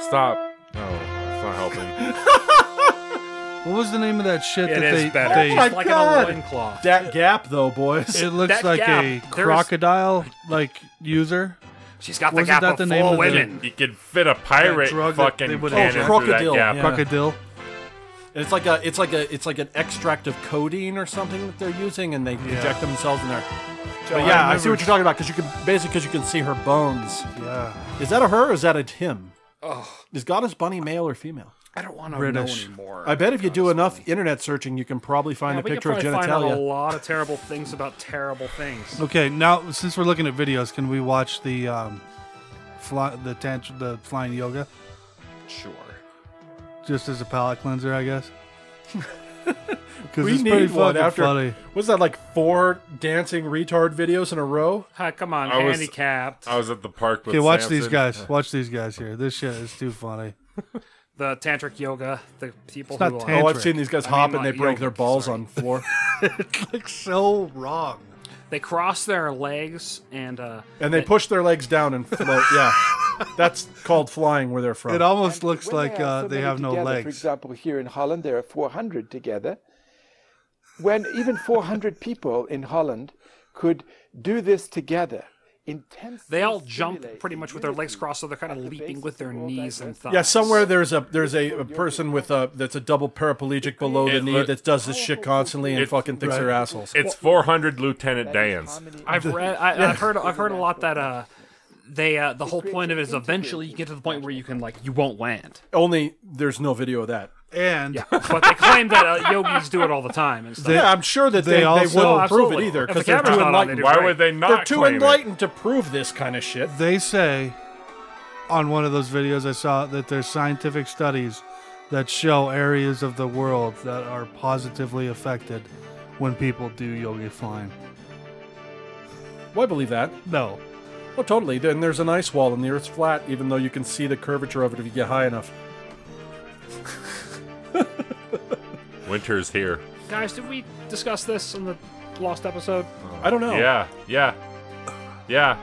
Stop. No, it's not helping.
What was the name of that shit
It
that
is
they?
better.
they-
It's like
God.
an loincloth.
That gap though, boys.
it looks
That
like
gap,
a
there is-
crocodile like user.
She's got the
Wasn't
gap
that
of
the
four
name of the-
women.
You could fit a pirate
That drug that
fucking
they
cannon
would-
Oh,
through that
crocodile,
gap.
yeah.
Crocodile.
And it's like a it's like a it's like an extract of codeine or something that they're using and they inject themselves in there. But
I
yeah, I, see
remember-
what you're talking about because you can basically because you can see her bones.
Yeah.
Is that a her or is that a him?
Oh,
Is Goddess Bunny male or female?
I don't want to
British.
know anymore.
I bet if you do enough internet searching, you can probably find
Yeah, we
the
could
picture of
probably find out a
genitalia.
lot of terrible things about terrible things.
Okay, now since we're looking at videos, can we watch the um, fly, the tant- the flying yoga
Sure.
just as a palate cleanser, I guess? Because
We
it's
need
pretty
one
fucking
after-
funny.
Was that like four dancing retard videos in a row?
Hi, come on,
I was-
handicapped.
I was at the park with.
Okay, watch these
Samson.
guys. Watch these guys here. This shit is too funny.
the tantric yoga, the people
It's not
who uh, are.
tan-
Oh,
Tantric.
I've seen these guys
I
hop
mean,
and they
like,
break
yo,
their balls
sorry.
on the floor,
it looks so wrong.
they cross their legs and uh,
and they push their legs down and float. Yeah, that's called flying where they're from.
It almost looks
When
like
are
uh,
so
they
many
have no
together, For
legs.
example, here in Holland, there are 400 together. When even 400 people in Holland could do this together, intensely.
they all jump pretty much with their legs crossed, so they're kind of leaping with their knees and thighs.
Yeah, somewhere there's a there's a, a person with a that's a double paraplegic below the
It
knee
look-
that does this shit constantly and
It-
fucking thinks they're assholes.
It's 400 Lieutenant Dans.
I've read, I, I've heard, I've heard a lot that uh, they uh, the whole point of it is eventually you get to the point where you can like you won't land.
Only there's no video of that.
And
Yeah, but they claim that uh, yogis do it all the time and stuff.
yeah, I'm sure that they,
they
they,
also-
wouldn't prove
Absolutely.
it either
If the
because they're too
camera's not on, they
enlightened.
do.
Why
Right.
would they
They're
not?
too
claim it?
enlightened to prove this kind of shit.
They say on one of those videos I saw that there's scientific studies that show areas of the world that are positively affected when people do yogi flying.
Well, I believe that.
No.
Well, totally. Then there's an ice wall and the Earth's flat, even though you can see the curvature of it if you get high enough.
Winter's here.
Guys, did we discuss this in the last episode?
I don't know.
Yeah, yeah, yeah.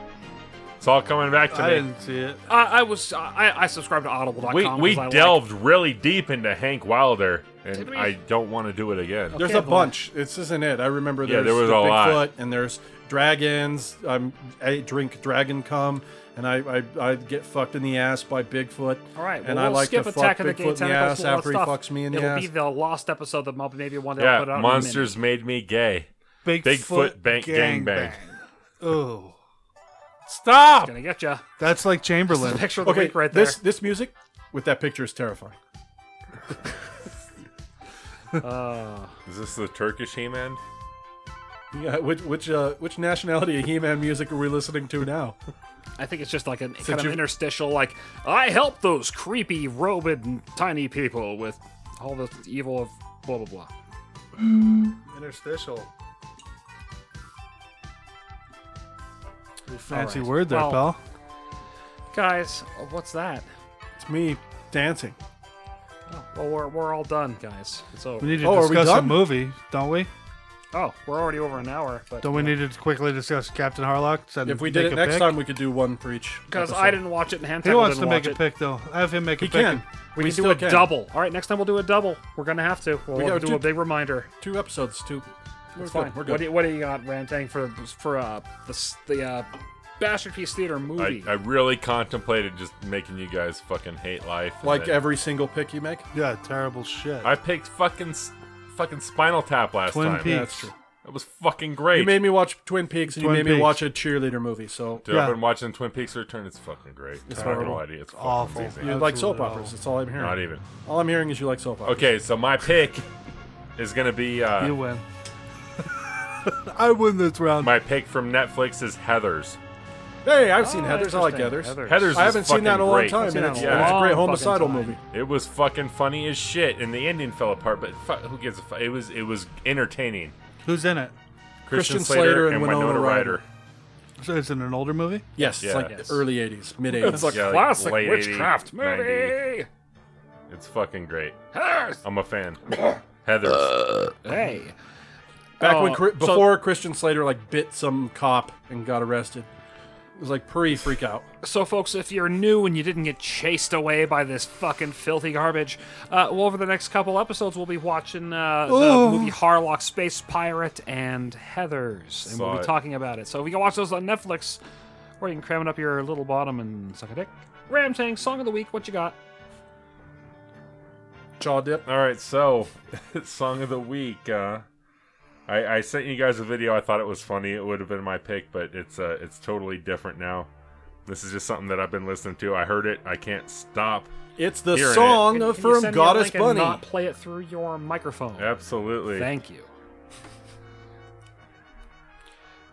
It's all coming back to
I
me.
didn't see it.
I, I was I, I subscribed to Audible.com.
we
'cause
we
I like-
delved really deep into Hank Wilder,
Did
and
we?
I don't want to do it again.
There's
Okay,
a
boy.
bunch. This isn't it. I remember
Yeah,
there's
there was
the
a lot.
Bigfoot and there's dragons. I'm, I drink dragon cum and I, I, I get fucked in the ass by Bigfoot.
All right, well,
and
we'll
I like
skip
to fuck
Attack of the
Bigfoot
Gay
in the
Tentacles
ass
and all that
after he
stuff.
fucks me in the
It'll
ass.
be the lost episode that mo- maybe one day I'll
yeah,
put out. in a
monsters made me gay. Bigfoot bank gangbang.
Oh.
minute.
Stop.
Gonna get ya.
That's like Chamberlain.
Picture of the
okay,
week right
this
there.
this music with that picture is terrifying.
Is this the Turkish He-Man?
Yeah, which which uh, which nationality of He-Man music are we listening to now?
I think it's just like an
Since
kind of
you-
interstitial, like I help those creepy, robed, and tiny people with all the evil of blah blah blah.
Interstitial.
Fancy
Alright. word there, pal.
Guys, what's that?
It's me dancing.
Oh, well, we're, we're all done, guys. It's over.
We need to
Oh,
discuss a movie, don't we?
Oh, we're already over an hour. But
Don't we need to quickly discuss Captain Harlock? and
If we did
make
it
a
next
pick?
time, we could do one for each.
Because
episode.
I didn't watch it, and Hand
He
Tackle
wants
didn't
to make
watch
a pick, though. I have him make
He
a pick.
can.
We,
We
can do
still
a
can.
double. All right, next time we'll do a double. We're gonna have to. We'll
We got
do
two-
a big reminder.
two episodes. Two. We're
It's
good,
fine.
We're good.
What, do you, what do you got, Ramtang, for for uh, the s- the uh, Masterpiece Theater
I,
movie?
I really contemplated just making you guys fucking hate life. and
like
then-
every single pick you make.
Yeah, terrible shit.
I picked fucking s- fucking Spinal Tap last
Twin
time.
Peaks.
That's true.
That was fucking great.
You made me watch Twin Peaks, and
Twin
you made me
Peaks.
watch a cheerleader movie. So
Dude, I've been watching Twin Peaks Return. It's fucking great.
It's
I have
horrible.
no idea. It's fucking
awful. You
amazing.
like soap operas? That's all I'm hearing.
Not even.
All I'm hearing is you like soap operas.
Okay, so my pick is gonna be uh,
You win. I win this round.
my pick from Netflix is Heather's.
Hey, I've seen
Oh,
Heather's. I like Heather's.
interesting. Heathers.
Heather's
I
is
haven't seen that in a
fucking
long
great.
time.
I've
And
seen
it's,
that in a long
it's a great
fucking
homicidal
time.
movie.
It was fucking funny as shit, and the ending fell apart. But fu who gives a fuck? It was it was entertaining.
Who's in it?
Christian,
Christian
Slater,
Slater
and
and
Winona,
Winona
Ryder.
Ryder.
So it's in an older movie?
Yes, it's
Yeah.
like
Yes.
the early '80s, mid '80s.
it's a
Yeah, like
classic
late 80s,
witchcraft
90s.
movie.
It's fucking great.
Heathers!
I'm a fan. Heather's.
Hey,
Back when
Oh,
Chri-
so-
before Christian Slater like bit some cop and got arrested. It was like pre freak out.
So, folks, if you're new and you didn't get chased away by this fucking filthy garbage, uh, well, over the next couple episodes, we'll be watching uh, the
Ooh.
movie Harlock Space Pirate and Heather's, and
Saw
we'll be
it.
talking about it. So, if you can watch those on Netflix, or you can cram it up your little bottom and suck a dick. Ram Tang, song of the week, what you got?
Jaw dip.
All right, so song of the week. Uh, I, I sent you guys a video. I thought it was funny. It would have been my pick, but it's uh, it's totally different now. This is just something that I've been listening to. I heard it. I can't stop.
It's the
hearing it.
song
Can-
of
can you
from
send me a
Goddess
link and
Bunny.
Not play it through your microphone.
Absolutely.
Thank you.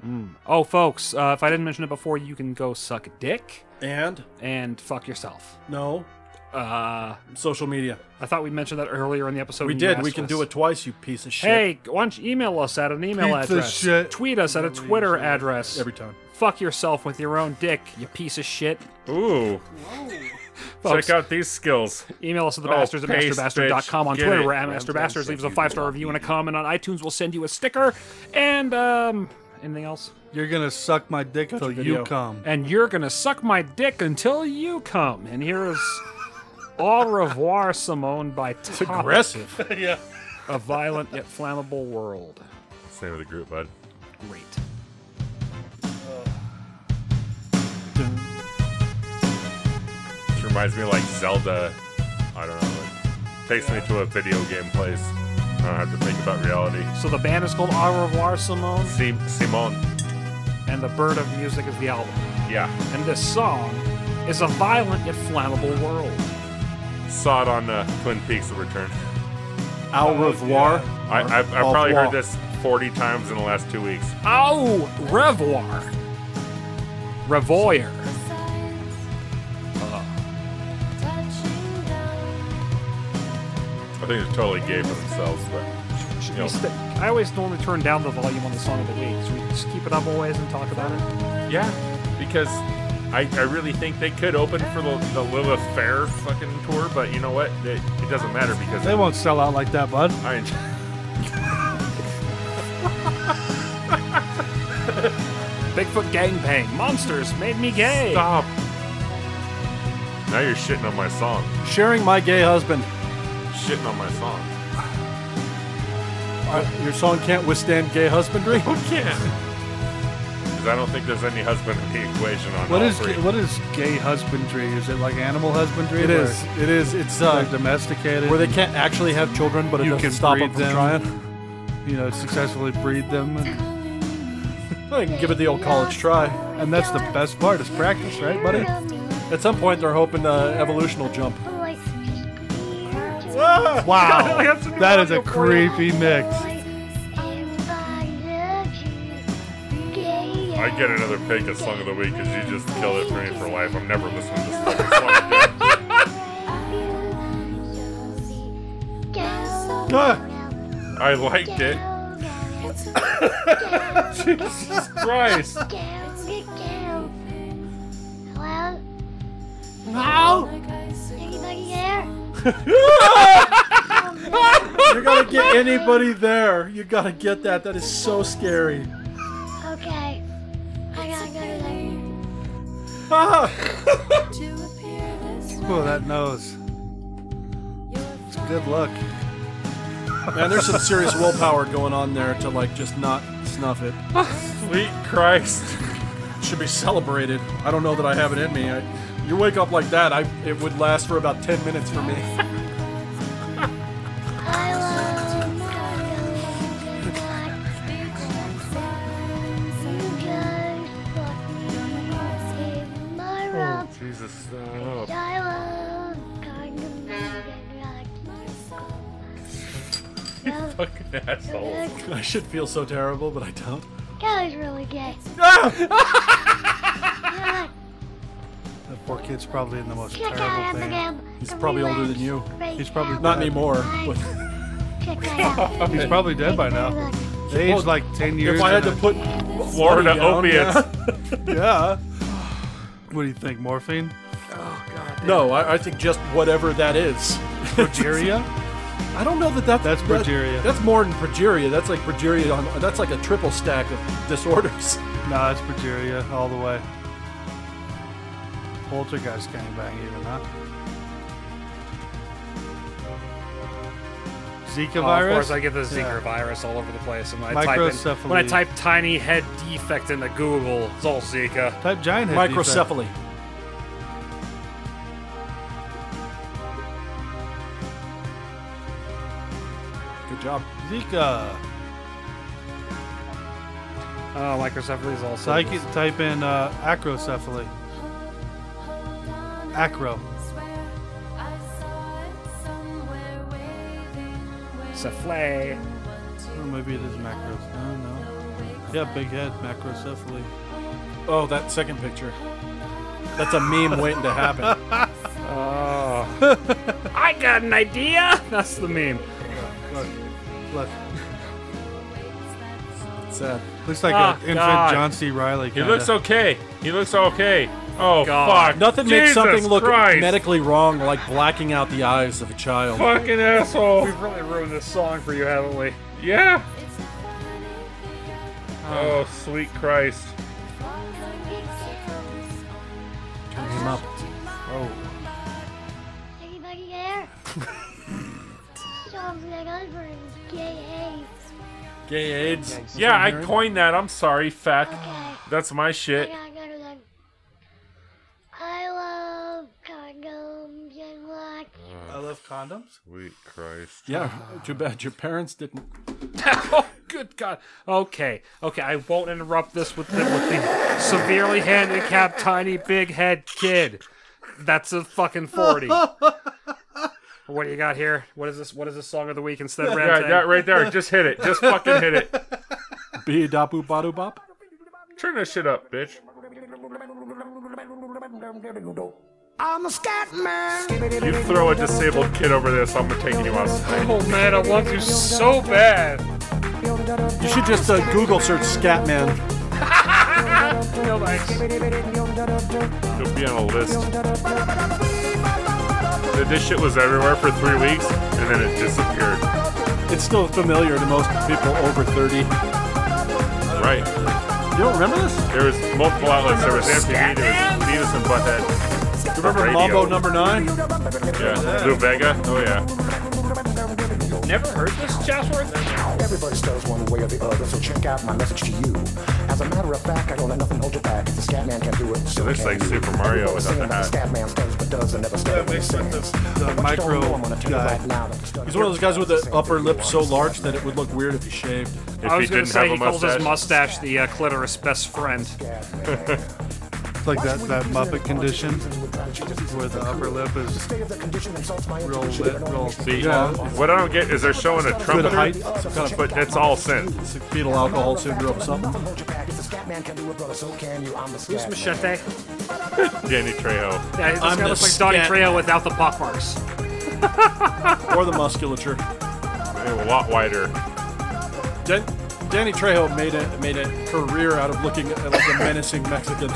Mm. Oh, folks, uh, if I didn't mention it before, you can go suck a dick
And
and fuck yourself.
no
Uh,
social media.
I thought we mentioned that earlier in the episode.
We
when you
did. We
asked
can
us.
do it twice. You piece of shit.
Hey, why don't you email us at an email
Piece of
address?
shit.
Tweet us at a Twitter address.
every time.
Fuck yourself with your own dick, you piece of shit.
Ooh,
Folks,
check out these skills.
Email us at the
Oh,
bastards at
paste,
masterbastard.com on
bitch. Get
Twitter.
it.
We're at masterbastards. Leave us a five star review and a comment on iTunes. We'll send you a sticker. And um, anything else?
You're going to suck my dick till you
video.
come.
And you're gonna suck my dick until you come. And here is Au revoir, Simone by
It's
Topic.
aggressive.
yeah.
A violent yet flammable world.
That's the name of the group, bud.
Great.
This reminds me of like Zelda. I don't know. It takes me to a video game place. I don't have to think about reality.
So the band is called Au revoir, Simone,
Sim- Simon.
and the Bird of Music is the album.
Yeah.
And this song is a violent yet flammable world.
Saw it on uh, Twin Peaks: The Return.
Au revoir.
I, I, I
Au
probably
revoir.
heard this 40 times in the last two weeks.
Au revoir. Revoyer.
I think they're totally gay for themselves, but you
We
know,
st- I always normally turn down the volume on the song of the week. So we just keep it up always and talk about it.
yeah, because I, I really think they could open for the, the Lilith Fair fucking tour, but you know what? It, it doesn't matter because
They won't sell out like that, bud.
I enjoy.
Bigfoot gangbang. Monsters made me gay.
Stop. Now you're shitting on my song.
Sharing my gay husband.
Shitting on my song.
Your song can't withstand gay husbandry.
Who can? Because I don't think there's any husband in the equation on
What
all
is
three.
what is gay husbandry? Is it like animal husbandry?
It
where
is. It is. It's
They're
uh,
domesticated.
where they can't actually have children, but it
You
doesn't
can
stop
breed
them from
them.
trying.
you know successfully breed them, and,
I can give it the old college try.
and that's the best part is practice, right, buddy?
At some point, they're hoping uh, evolution will jump.
Wow,
That's a new
that is a
Oh, audio for you.
creepy mix.
And I love you.
I get another pick at Song of the Week because you just killed it for me for life. I'm never listening to this fucking song again. I liked it. Jesus Christ.
Hello?
Hello?
Anybody there?
You gotta get anybody there. You gotta get that. That is so scary.
Okay. I gotta go to the
Oh, that nose. It's good luck.
Man, there's some serious willpower going on there to like just not snuff it.
Sweet Christ.
Should be celebrated. I don't know that I have it in me. I, you wake up like that, I it would last for about ten minutes for me.
Oh, Jesus.
Uh,
Oh. You fucking asshole.
I should feel so terrible, but I don't.
That was really gay.
That poor kid's probably in the most
Check out
terrible pain.
Eminem.
He's probably older than you.
He's probably
Uh,
Not
dead.
anymore. But
Check out Eminem.
He's probably dead by now. They aged like ten years.
if I had to
and
put
Florida
Somebody down,
opiates.
a- yeah. What do you think? Morphine?
no, I, I think just whatever that is.
Progeria?
I don't know that that's
That's
that-
progeria.
that's more than progeria. That's like progeria on. That's like a triple stack of disorders.
nah, it's progeria all the way. Poltergeist gangbang, even huh? Zika
Oh,
virus.
Of course, I get the Zika
Yeah.
virus all over the place. And when I, type in, when I
Microcephaly.
type tiny head defect into Google, it's all Zika.
Type giant head defect.
Microcephaly. Good job.
Zika.
Oh, microcephaly is also.
Type, type in uh, acrocephaly. Acro.
Cephaly.
Or maybe it is macros. No, no. Yeah, big head, macrocephaly.
Oh, that second picture. That's a meme waiting to happen.
Oh. I got an idea. That's the meme.
Look, look.
It's sad.
Looks like
Ah,
an infant
God.
John C. Riley.
He looks okay. He looks okay. Oh,
God.
fuck.
Nothing makes
Jesus
something look
Christ.
medically wrong like blacking out the eyes of a child.
Fucking asshole.
We've really ruined this song for you, haven't we?
Yeah. Oh, sweet Christ.
Turn him up.
Anybody there? Sounds like I'm wearing gay AIDS.
Gay AIDS.
Yeah, I coined that. I'm sorry, feck.
Okay.
That's my shit.
I gotta go to them. I love condoms and lock.
I love condoms.
Sweet Christ.
Yeah, too bad your parents didn't.
oh, good God. Okay, okay, I won't interrupt this with the, with the severely handicapped, tiny, big head kid. That's a fucking 40. what do you got here? What is this? What is this song of the week instead,
Yeah,
Ramtang?
that right there. Just hit it. Just fucking hit it.
Be dapu badu bop.
Turn that shit up, bitch.
I'm a scat man.
You throw a disabled kid over this, I'm gonna take you out.
Oh man, I want you so bad.
You should just uh, Google search Scatman.
No thanks.
You'll be on a list. That This shit was everywhere for three weeks, and then it disappeared.
It's still familiar to most people over 30. You
Right.
don't remember this? You
There was multiple outlets. There was MTV, there was Beavis and Butthead.
remember
Radio.
Mambo number nine?
Yeah. Lou Vega. Oh, yeah.
Never heard this, Chatsworth?
Everybody stutters one way or the other, so check out my message to you. As a matter of fact, I don't let nothing hold you back. If the scat man can do it, so
It looks
can
like
you.
Super Mario without the
Everybody's saying
hat.
that the scat man stutters but does and never stutters when he sings. But
The
you don't know
micro
him when I tell you
guy.
right now that the stutter-
He's one of those guys with an upper lip so large that it would look weird if he shaved.
If
I
he
was gonna
didn't
say
have a
he calls his
mustache.
mustache the uh, clitoris best friend.
like that, that Muppet condition where the upper lip is real lit, real
See,
yeah.
what I don't get is they're showing a trumpeter,
height.
but it's all synth.
fetal alcohol syndrome, something.
Who's Machete?
Danny Trejo.
Yeah, this
I'm
guy
the
looks like Donnie
scat-
Trejo without the pockmarks.
or the musculature.
A lot wider.
Dan- Danny Trejo made a made a career out of looking at, like a menacing Mexican.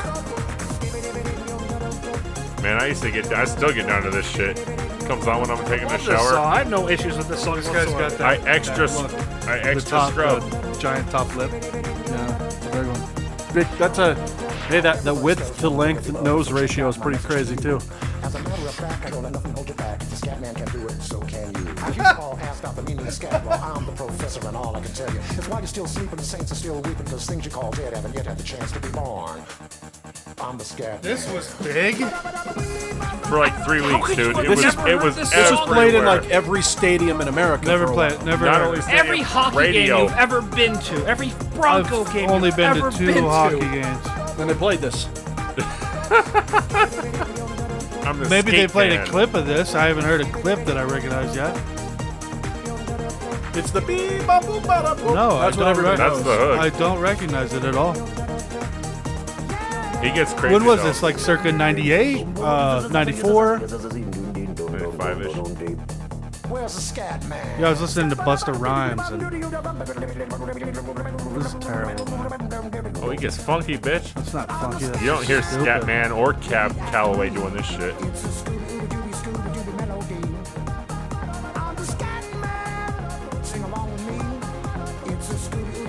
Man, I used to get, I still get down to this shit. Comes on when I'm taking a
Love this song.
shower.
I have no issues with this song
This guy's
whatsoever.
got that.
I extra,
that look.
I
The
extra
top,
scrub.
the giant top lip. Yeah, the big one.
Big- That's a hey that the width to length nose ratio is pretty crazy too.
As a matter of fact, I don't let nothing hold you back. If the scat man can do it, so can you. You all asked out the meaning of scat. Well, I'm the professor and all I can tell you. It's why you're still sleeping, the saints are still weeping, because things you call dead haven't yet had the chance to be born. I'm the scat.
This was big.
for like three weeks,
could you
dude. It
have
was,
never
it
heard
was
this
This was played in
everywhere.
like every stadium in America.
Never
for a
played-
while.
never Not heard only it.
stadium,
Every hockey
radio.
game you've ever been to, every Bronco
I've
game
only
you've
been
ever
to two
been
hockey
to.
games.
And they played this.
I'm the
Maybe they
skate
played
man.
a clip of this. I haven't heard a clip that I recognize yet.
It's the bee ba boom ba da boom.
No, I
that's what
don't
everybody
rec-
That's
knows.
the hook.
I don't recognize it at all.
He gets crazy.
When was
though.
this? Like circa 98, uh, 94?
Five-ish.
Where's the scat man?
Yeah, I was listening to Busta Rhymes and this is terrible.
Oh, he gets funky, bitch.
It's not funky. that's
You don't hear
stupid.
Scatman or Cab Calloway doing this shit.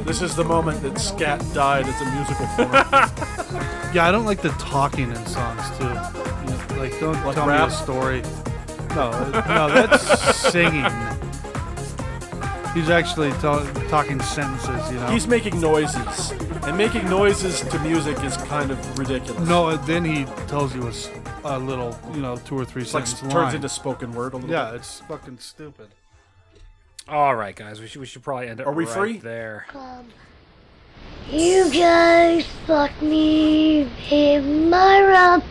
This is the moment that scat died as a musical form.
Yeah, I don't like the talking in songs too. You know, like, don't
Like
tell
rap?
me a story. No, uh, no, that's singing. He's actually tell- talking sentences, you know.
He's making noises, and making noises to music is kind of ridiculous.
no, uh, then he tells you a, s- a little, you know, two or three
it's like
sentences.
turns into spoken word a little.
yeah,
bit.
it's fucking stupid.
All right, guys, we should, we should probably end it
Are we
right
free?
there.
You guys fuck me in my rump,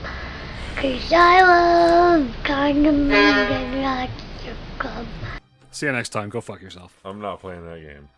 'cause I love condiment and lots of cum.
See you next time. Go fuck yourself.
I'm not playing that game.